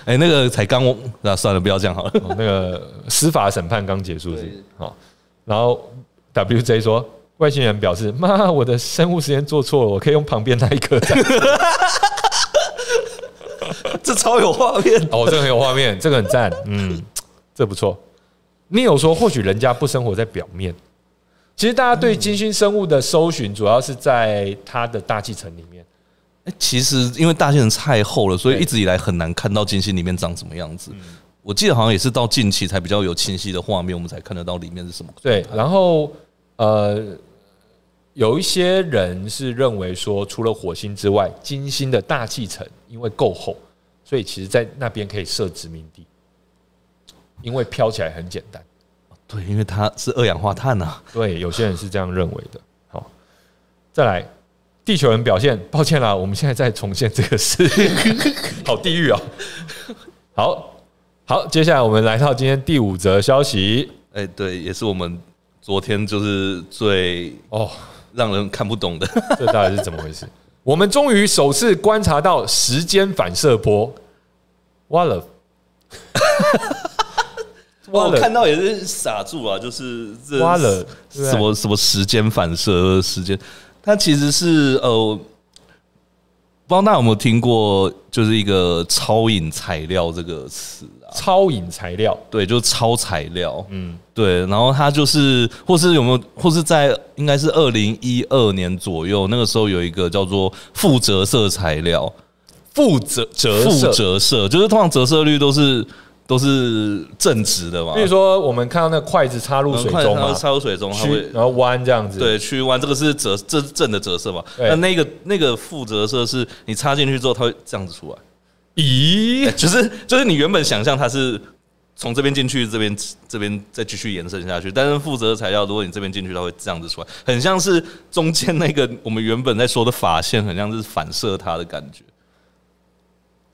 Speaker 2: 哎，那个才刚我那算了，不要这样好了。
Speaker 1: 哦那个司法审判刚结束是不
Speaker 2: 对
Speaker 1: 是好，然后 WJ 说。外星人表示：“妈，我的生物实验做错了，我可以用旁边那一颗。
Speaker 2: 这超有画面”。
Speaker 1: 哦，这个很有画面，这个很赞，嗯，这不错。你有说，或许人家不生活在表面，其实大家对金星生物的搜寻，主要是在它的大气层里面。
Speaker 2: 哎其实因为大气层太厚了，所以
Speaker 1: 对
Speaker 2: 一直以来很难看到金星里面长什么样子。我记得好像也是到近期才比较有清晰的画面，我们才看得到里面是什么。
Speaker 1: 对，然后呃，有一些人是认为说，除了火星之外，金星的大气层因为够厚，所以其实在那边可以设殖民地，因为飘起来很简单。
Speaker 2: 对，因为它是二氧化碳啊。
Speaker 1: 对，有些人是这样认为的。好，再来，地球人表现，抱歉啦，我们现在在重现这个事， 好地狱哦。好好，接下来我们来到今天第五则消息
Speaker 2: 哎、对，也是我们昨天就是最
Speaker 1: 哦。
Speaker 2: 让人看不 懂的。
Speaker 1: 这到底是怎么回 事？我们终于首次观察到时间反射波。完了，
Speaker 2: 我
Speaker 1: 了
Speaker 2: 看到也是傻住啊，就是这
Speaker 1: 挖了对
Speaker 2: 什么什么时间反射时间，它其实是呃。不知道大家有没有听过，就是一个超引材料这个词啊？
Speaker 1: 超引材料，
Speaker 2: 对，就是超材料，
Speaker 1: 嗯，
Speaker 2: 对，然后它就是，或是有没有，或是在应该是二零一二年左右，那个时候有一个叫做负折射材料，
Speaker 1: 负折折
Speaker 2: 负
Speaker 1: 射。
Speaker 2: 折射就是通常折射率都是都是正值的嘛，
Speaker 1: 比如说，我们看到那筷子插入水
Speaker 2: 快
Speaker 1: 中
Speaker 2: 它
Speaker 1: 嘛
Speaker 2: 会，嗯插入水中，它
Speaker 1: 曲
Speaker 2: 会
Speaker 1: 然后弯这样子，
Speaker 2: 对曲弯，这个是折这是正的折射嘛？
Speaker 1: 对
Speaker 2: 那那个那个负折射是你插进去之后，它会这样子出来，
Speaker 1: 咦
Speaker 2: 哎，就是就是你原本想象它是。从这边进去，这边这边再继续延伸下去。但是负责材料，如果你这边进去，它会这样子出来，很像是中间那个我们原本在说的法线，很像是反射它的感觉。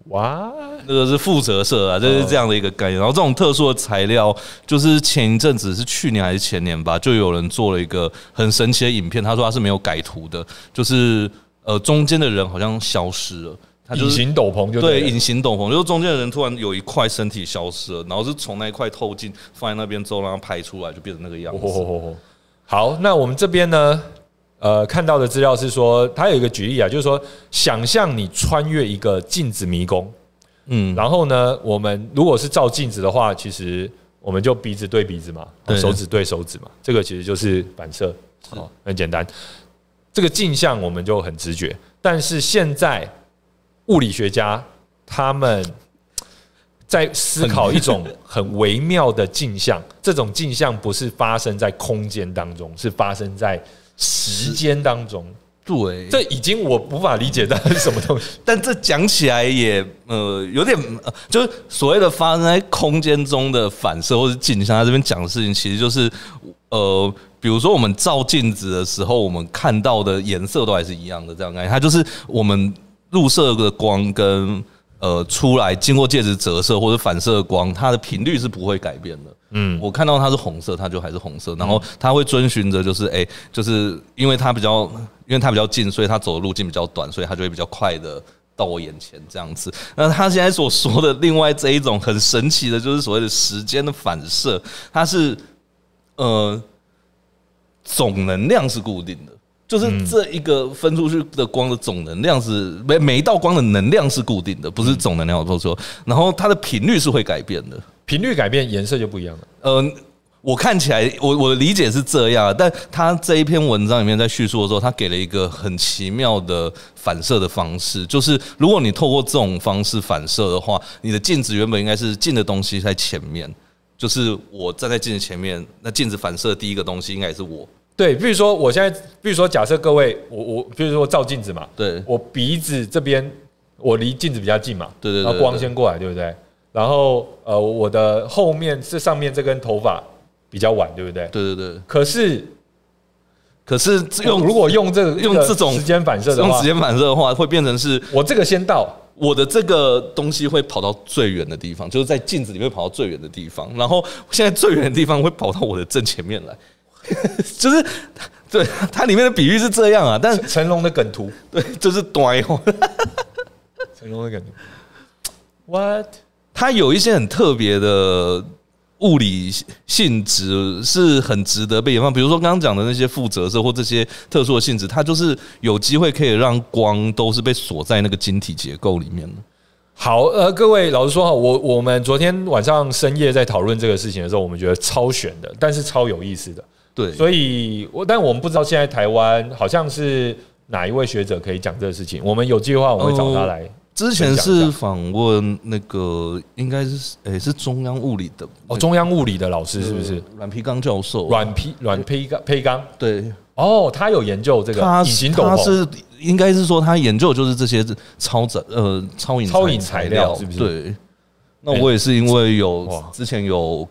Speaker 1: 哇，
Speaker 2: 那个是负责社啊，
Speaker 1: 哦
Speaker 2: 这是这样的一个概念。然后这种特殊的材料，就是前一阵子是去年还是前年吧，就有人做了一个很神奇的影片，他说他是没有改图的，就是呃中间的人好像消失了，他就
Speaker 1: 隐
Speaker 2: 是
Speaker 1: 形斗篷就
Speaker 2: 对
Speaker 1: 了
Speaker 2: 隐形斗篷，就是中间的人突然有一块身体消失了，然后是从那一块透镜放在那边之后，让它拍出来就变成那个样
Speaker 1: 哦
Speaker 2: 子。
Speaker 1: 吼吼吼吼好，那我们这边呢，呃，看到的资料是说，它有一个举例啊，就是说，想象你穿越一个镜子迷宫，
Speaker 2: 嗯，
Speaker 1: 然后呢，我们如果是照镜子的话，其实我们就鼻子对鼻子嘛，
Speaker 2: 对
Speaker 1: 手指对手指嘛，这个其实就是反射，哦，很简单。这个镜像我们就很直觉，但是现在物理学家他们在思考一种很微妙的镜像，这种镜像不是发生在空间当中，是发生在时间当中。
Speaker 2: 对，
Speaker 1: 这已经我无法理解到是什么东西。
Speaker 2: 但这讲起来也呃有点，呃就是所谓的发生在空间中的反射或是镜像，他这边讲的事情，其实就是呃，比如说我们照镜子的时候，我们看到的颜色都还是一样的，这样的概念，它就是我们入射的光跟呃出来经过介质折射或者反射的光，它的频率是不会改变的。嗯，我看到它是红色，它就还是红色，然后它会遵循着就是哎、就是因为它比较因为它比较近，所以它走的路径比较短，所以它就会比较快的。到我眼前这样子，那他现在所说的另外这一种很神奇的，就是所谓的时间的反射，它是呃总能量是固定的，就是这一个分出去的光的总能量是每每一道光的能量是固定的，不是总能量，我说错。然后它的频率是会改变的，
Speaker 1: 频率改变，颜色就不一样了。
Speaker 2: 呃，我看起来，我我的理解是这样，但他这一篇文章里面在叙述的时候，他给了一个很奇妙的反射的方式，就是如果你透过这种方式反射的话，你的镜子原本应该是近的东西在前面，就是我站在镜子前面，那镜子反射的第一个东西应该也是我，
Speaker 1: 对，比如说我现在，比如说假设各位，我我比如说我照镜子嘛，
Speaker 2: 对
Speaker 1: 我鼻子这边我离镜子比较近嘛，
Speaker 2: 对对对
Speaker 1: 然后光
Speaker 2: 对
Speaker 1: 先过来，对不对？然后呃，我的后面这上面这根头发比较晚，对不对？
Speaker 2: 对对对。
Speaker 1: 可是
Speaker 2: 可是用
Speaker 1: 用如果用这个
Speaker 2: 用
Speaker 1: 个
Speaker 2: 这种
Speaker 1: 时间反射的
Speaker 2: 用
Speaker 1: 话
Speaker 2: 时，间反射的话，会变成是
Speaker 1: 我这个先到，
Speaker 2: 我的这个东西会跑到最远的地方，就是在镜子里面跑到最远的地方，然后现在最远的地方会跑到我的正前面来， 就是对它里面的比喻是这样啊， 但
Speaker 1: 成龙的梗图，
Speaker 2: 对就是短哦，
Speaker 1: 成龙的梗图，what？
Speaker 2: 它有一些很特别的物理性质是很值得被研发，比如说刚刚讲的那些负折射或这些特殊的性质，它就是有机会可以让光都是被锁在那个晶体结构里面的。
Speaker 1: 好，呃，各位老实说哈，我我们昨天晚上深夜在讨论这个事情的时候，我们觉得超悬的，但是超有意思的。
Speaker 2: 对，
Speaker 1: 所以我但我们不知道现在台湾好像是哪一位学者可以讲这个事情，我们有计划我们会找他来。
Speaker 2: 之前是访问那个应该是诶、是中央物理的
Speaker 1: 哦，中央物理的老师是不是？
Speaker 2: 阮皮刚教授？
Speaker 1: 阮皮阮胚刚胚刚
Speaker 2: 对，
Speaker 1: 哦，他有研究这个
Speaker 2: 他
Speaker 1: 隐形斗
Speaker 2: 他
Speaker 1: 篷，
Speaker 2: 是应该是说他研究就是这些超载呃超隐
Speaker 1: 超隐材
Speaker 2: 材
Speaker 1: 料是不是哎
Speaker 2: 对，那我也是因为有
Speaker 1: 哇
Speaker 2: 之前有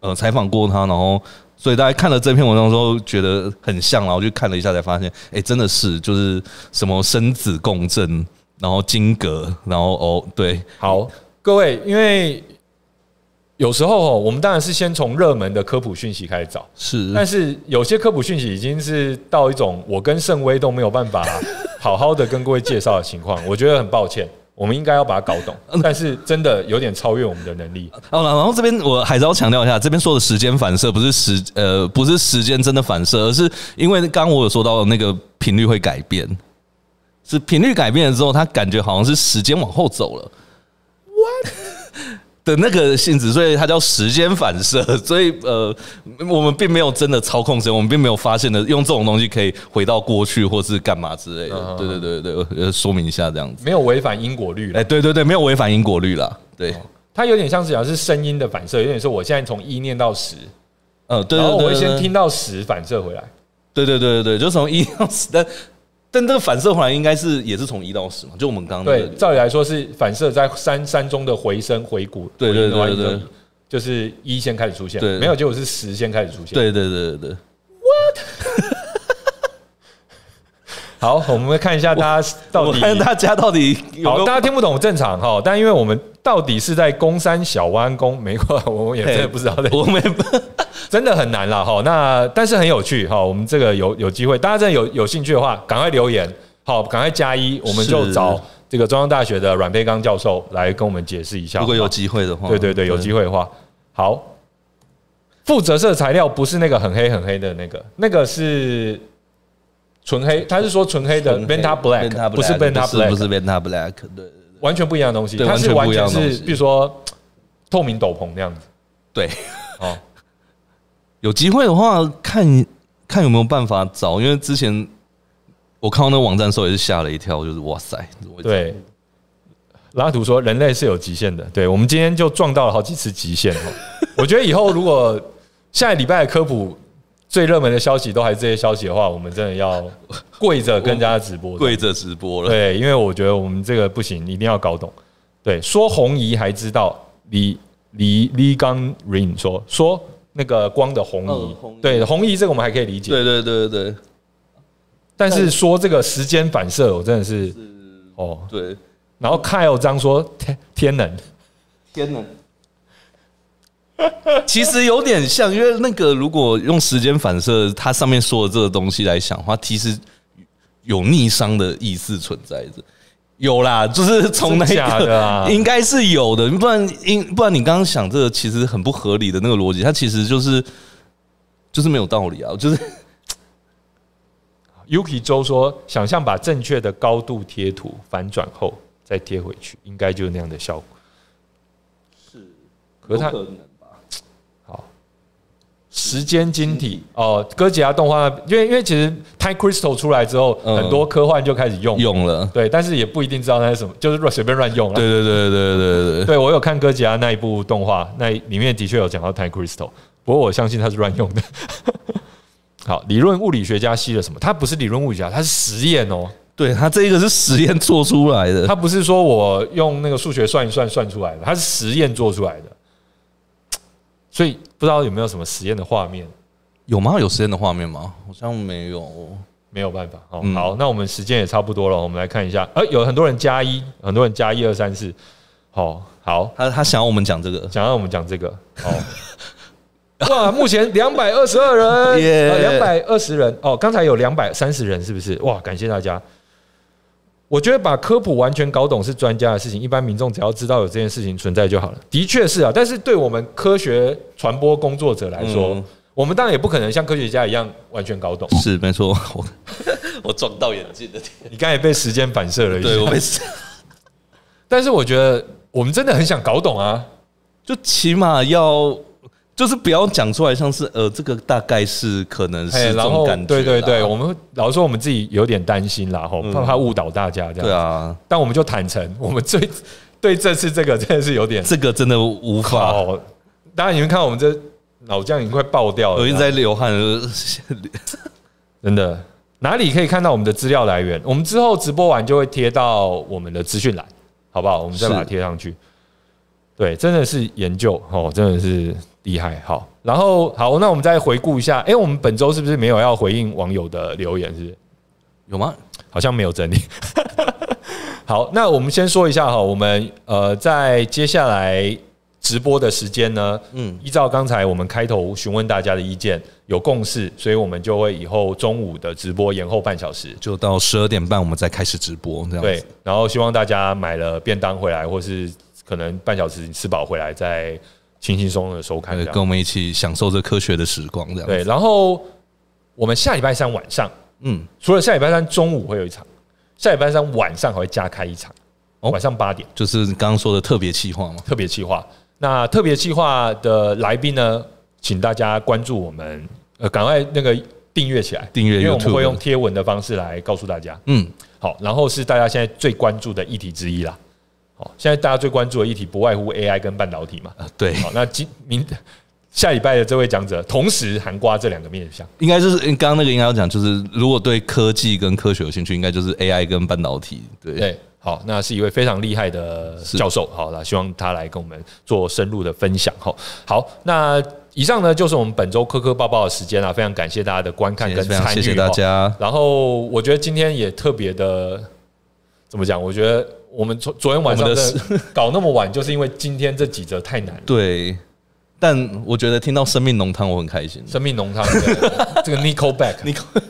Speaker 2: 呃采访过他，然后。所以大家看了这篇文章之后，觉得很像，然后去看了一下，才发现，哎、真的是就是什么生子共振，然后晶格，然后哦，对，
Speaker 1: 好，各位，因为有时候哦，我们当然是先从热门的科普讯息开始找。
Speaker 2: 是，
Speaker 1: 但是有些科普讯息已经是到一种我跟盛威都没有办 法好好的跟各位介绍的情况，我觉得很抱歉，我们应该要把它搞懂，但是真的有点超越我们的能力。
Speaker 2: 哦，然后这边我还是要强调一下，这边说的时间反射不是时呃不是时间真的反射，而是因为刚刚我有说到那个频率会改变，是频率改变了之后，它感觉好像是时间往后走了，what 的那个性质，所以它叫时间反射。 所以呃，我们并没有真的操控时间，我们并没有发现的用这种东西可以回到过去或是干嘛之
Speaker 1: 嗯
Speaker 2: 类的。对对对对，呃，说明一下这样子。
Speaker 1: 没有违反因果律
Speaker 2: 哎，
Speaker 1: 了。
Speaker 2: 对对对，没有违反因果律啦。对，
Speaker 1: 它有点像是讲是声音的反射，有点说我现在从一念到十，
Speaker 2: 呃，对
Speaker 1: 然
Speaker 2: 对
Speaker 1: 后
Speaker 2: 对，
Speaker 1: 我会先
Speaker 2: 对
Speaker 1: 听到十反射回来。
Speaker 2: 对对对对对，就从一到十， 但但这个反射回来应该是也是从一到十嘛，就我们刚刚那
Speaker 1: 对
Speaker 2: 个，
Speaker 1: 照理来说是反射在山山中的回声回鼓，
Speaker 2: 对对对
Speaker 1: 回音
Speaker 2: 对
Speaker 1: 的话
Speaker 2: 对
Speaker 1: 就是一先开始出现，
Speaker 2: 对
Speaker 1: 没有结果是十先开始出现。
Speaker 2: 对对对对对，
Speaker 1: 好，我们看一下大家到
Speaker 2: 我
Speaker 1: 底
Speaker 2: 看大家到底有没
Speaker 1: 好，
Speaker 2: 有
Speaker 1: 大家听不懂正常哈，但因为我们到底是在宫山小湾宫，没关，我们也真的不知道在
Speaker 2: 我们
Speaker 1: 真的很难啦哈。那但是很有趣哈，我们这个有有机会，大家真的有有兴趣的话，赶快留言，好，赶快加一，我们就是找这个中央大学的阮培刚教授来跟我们解释一下。
Speaker 2: 如果
Speaker 1: 好
Speaker 2: 有
Speaker 1: 不好
Speaker 2: 机会的话，
Speaker 1: 对对对，有机会的话，好。负责色材料不是那个很黑很黑的那个，那个是纯黑，他是说纯黑的 Benta Black，不是 Benta
Speaker 2: 不是
Speaker 1: Black，
Speaker 2: 不是 Benta Black，对
Speaker 1: 完全不一样的东西，
Speaker 2: 对
Speaker 1: 它是
Speaker 2: 完全
Speaker 1: 完
Speaker 2: 不一样
Speaker 1: 全
Speaker 2: 的东西
Speaker 1: 是，比如说嗯透明斗篷那样子。
Speaker 2: 对。
Speaker 1: 哦，
Speaker 2: 有机会的话，看看有没有办法找，因为之前我看到那个网站的时候也是吓了一跳，就是哇塞，怎么会这样
Speaker 1: 对。拉图说：“人类是有极限的，对我们今天就撞到了好几次极限 哦。我觉得以后如果下礼拜的科普最热门的消息都还是这些消息的话，我们真的要跪着跟大家直播的，
Speaker 2: 跪着直播了，
Speaker 1: 对，因为我觉得我们这个不行，一定要搞懂。对，说红移还知道，李李李刚 Rain 说说那个光的红移，
Speaker 2: 哦红移
Speaker 1: 对红移这个我们还可以理解，
Speaker 2: 对对对对
Speaker 1: 但是说这个时间反射，我真的是哦。
Speaker 2: 对，
Speaker 1: 然后 Kyle 张说天天能，
Speaker 2: 天哪！其实有点像，因为那个如果用时间反射，它上面说的这个东西来想的话，其实有逆商的意思存在着。有啦，就是从那
Speaker 1: 真假
Speaker 2: 个、
Speaker 1: 的啊
Speaker 2: 应该是有的，不然因不然你刚刚想这个其实很不合理的那个逻辑，它其实就是就是没有道理啊，就是
Speaker 1: Yuki 周说，想象把正确的高度贴图反转后再贴回去，应该就是那样的效果。是，可是它
Speaker 2: 能吧？
Speaker 1: 好，时间晶体
Speaker 2: 嗯
Speaker 1: 哦，哥吉拉动画，因为因为其实 Time Crystal 出来之后，
Speaker 2: 嗯
Speaker 1: 很多科幻就开始用，
Speaker 2: 用了，
Speaker 1: 对，但是也不一定知道那是什么，就是乱随便乱用了
Speaker 2: 对。对对对对对对，
Speaker 1: 对，我有看哥吉拉那一部动画，那里面的确有讲到 Time Crystal，不过我相信它是乱用的。 好，理论物理学家吸了什么？他不是理论物理学家，他是实验哦。
Speaker 2: 对它这个是实验做出来 的，
Speaker 1: 他不是说我用那个数学算一算算出来的，他是实验做出来的。所以不知道有没有什么实验的画面，
Speaker 2: 有吗？有实验的画面吗？好像没有。
Speaker 1: 没有办法。哦，
Speaker 2: 嗯
Speaker 1: 好，那我们时间也差不多了，我们来看一下。呃，有很多人加一，很多人加一二三四。好好，
Speaker 2: 他他想要我们讲这个，
Speaker 1: 想让我们讲这个。哦， 哇，目前两百二十二
Speaker 2: 耶
Speaker 1: 人，哦两百二十人。哦，刚才有两百三十人，是不是？哇，感谢大家。我觉得把科普完全搞懂是专家的事情，一般民众只要知道有这件事情存在就好了。的确是啊，但是对我们科学传播工作者来说，
Speaker 2: 嗯
Speaker 1: 我们当然也不可能像科学家一样完全搞懂。
Speaker 2: 是没错，我 我撞到眼镜的，
Speaker 1: 你刚才被时间反射了一下，
Speaker 2: 对我被
Speaker 1: 但是我觉得我们真的很想搞懂啊，
Speaker 2: 就起码要就是不要讲出来，像是呃这个大概是可能
Speaker 1: 哎
Speaker 2: 是这
Speaker 1: 然
Speaker 2: 种
Speaker 1: 后
Speaker 2: 感觉啦，嗯
Speaker 1: 对对对，我们老实说我们自己有点担心啦，吼，怕怕误导大家这样。
Speaker 2: 对啊，
Speaker 1: 但我们就坦诚，我们最对这次这个真的是有点
Speaker 2: 这个真的无法，
Speaker 1: 哦。当然，你们看我们这脑浆已经快爆掉了，
Speaker 2: 我一直在流汗，
Speaker 1: 真的哪里可以看到我们的资料来源？我们之后直播完就会贴到我们的资讯栏，好不好？我们再把它
Speaker 2: 是
Speaker 1: 贴上去。对，真的是研究哦，真的是厉害。好，然后好，那我们再回顾一下，哎、我们本周是不是没有要回应网友的留言？是不是？
Speaker 2: 有吗？
Speaker 1: 好像没有整理。 好，那我们先说一下哈，我们呃在接下来直播的时间呢，嗯
Speaker 2: 嗯，
Speaker 1: 依照刚才我们开头询问大家的意见有共识，所以我们就会以后中午的直播延后半小时。
Speaker 2: 就到十二点半我们再开始直播，这样
Speaker 1: 对
Speaker 2: 子，，
Speaker 1: 然后希望大家买了便当回来，或是可能半小时吃饱回来，再轻轻松松的收看这
Speaker 2: 呃
Speaker 1: 样
Speaker 2: 跟。我们一起享受这科学的时光，这样
Speaker 1: 啊对，
Speaker 2: 子，
Speaker 1: 然后我们下礼拜三晚上，
Speaker 2: 嗯，
Speaker 1: 除了下礼拜三中午会有一场，下礼拜三晚上还会加开一场，
Speaker 2: 哦
Speaker 1: 晚上八点。
Speaker 2: 就是刚刚说的特别企划嘛，
Speaker 1: 特别企划。那特别企划的来宾呢，请大家关注我们，呃，赶快那个订阅起来，
Speaker 2: 订阅
Speaker 1: 因为我们
Speaker 2: YouTube
Speaker 1: 会用贴文的方式来告诉大家。
Speaker 2: 嗯，
Speaker 1: 好，然后是大家现在最关注的议题之一啦。好，现在大家最关注的议题不外乎 AI 跟半导体嘛。
Speaker 2: 呃对，
Speaker 1: 好，那今明下礼拜的这位讲者，同时含瓜这两个面向。
Speaker 2: 应该就是嗯刚刚那个应该要讲，就是如果对科技跟科学有兴趣，应该就是 AI 跟半导体，对，
Speaker 1: 对，好，那是一位非常厉害的教授，好，那希望他来跟我们做深入的分享哈。好，那以上呢就是我们本周磕磕抱抱的时间啊啦，非常感谢大家的观看
Speaker 2: 也
Speaker 1: 跟
Speaker 2: 非常
Speaker 1: 参与，
Speaker 2: 谢谢大。家。
Speaker 1: 然后我觉得今天也特别的，怎么讲？我觉得我们昨昨天晚上
Speaker 2: 我们的
Speaker 1: 真的搞那么晚，就是因为今天这几则太难 了。
Speaker 2: 对，但我觉得听到生命浓汤，我很开心。
Speaker 1: 生命浓汤，对这个 Nico Back，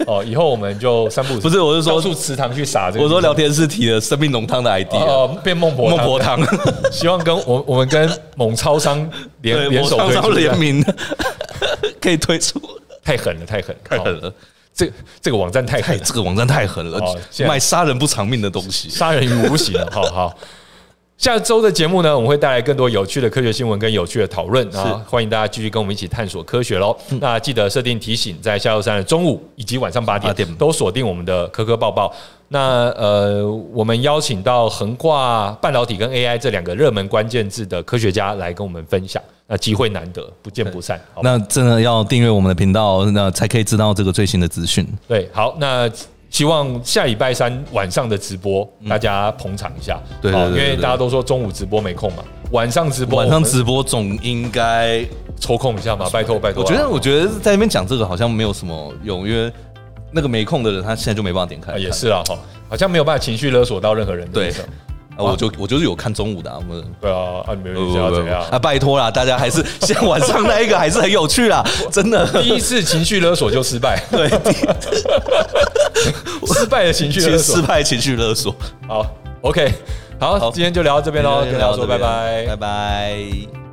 Speaker 1: 哦，以后我们就三不五时
Speaker 2: 不是我是说
Speaker 1: 到处池塘去撒这个，
Speaker 2: 我说聊天室提了生命浓汤的 ID 啊，
Speaker 1: 哦，变孟婆
Speaker 2: 孟婆，汤，
Speaker 1: 希望跟我我们跟某超商联
Speaker 2: 对，
Speaker 1: 联手
Speaker 2: 我
Speaker 1: 推
Speaker 2: 常
Speaker 1: 出
Speaker 2: 常，联名 可以推出，
Speaker 1: 太狠了，太狠，
Speaker 2: 太狠
Speaker 1: 哦，
Speaker 2: 了，
Speaker 1: 这这个网站太狠
Speaker 2: 太
Speaker 1: 了，
Speaker 2: 这个网站太狠了
Speaker 1: 哦，现在
Speaker 2: 卖杀人不偿命的东西。
Speaker 1: 杀人于无形 了，好好。下周的节目呢，我们会带来更多有趣的科学新闻跟有趣的讨论啊！欢迎大家继续跟我们一起探索科学喽。那记得设定提醒，在下周三的中午以及晚上八点
Speaker 2: 八点
Speaker 1: 都锁定我们的科科报报。那呃，我们邀请到横跨半导体跟 AI 这两个热门关键字的科学家来跟我们分享，那机会难得，不见不 散。好吧
Speaker 2: 那真的要订阅我们的频道，那才可以知道这个最新的资讯。
Speaker 1: 对，好，那希望下礼拜三晚上的直播，大家捧场一下，
Speaker 2: 嗯对
Speaker 1: 好
Speaker 2: 对对对
Speaker 1: 因为大家都说中午直播没空嘛，晚上直播，
Speaker 2: 晚上
Speaker 1: 我们
Speaker 2: 直播总应该，
Speaker 1: 抽空一下嘛，拜托拜托
Speaker 2: 我
Speaker 1: 啊，
Speaker 2: 觉得，我觉得在那边讲这个好像没有什么用，因为那个没空的人他现在就没办法点开
Speaker 1: 啊
Speaker 2: 看。
Speaker 1: 也是啊，哈，好像没有办法情绪勒索到任何人，
Speaker 2: 对
Speaker 1: 对不对
Speaker 2: 啊，我就我就是有看中午的、啊，我
Speaker 1: 对啊，啊，你们你想要怎样？
Speaker 2: 啊，拜托啦，大家还是像晚上那一个还是很有趣啦，真 的。
Speaker 1: 第一次情绪勒索就失 败，对， 失败的情绪
Speaker 2: 其
Speaker 1: 勒
Speaker 2: 实失
Speaker 1: 索，
Speaker 2: 败情绪勒索，
Speaker 1: 好，OK，好，
Speaker 2: 好
Speaker 1: 今天就聊到这边喽，跟大家说拜拜
Speaker 2: 拜。拜。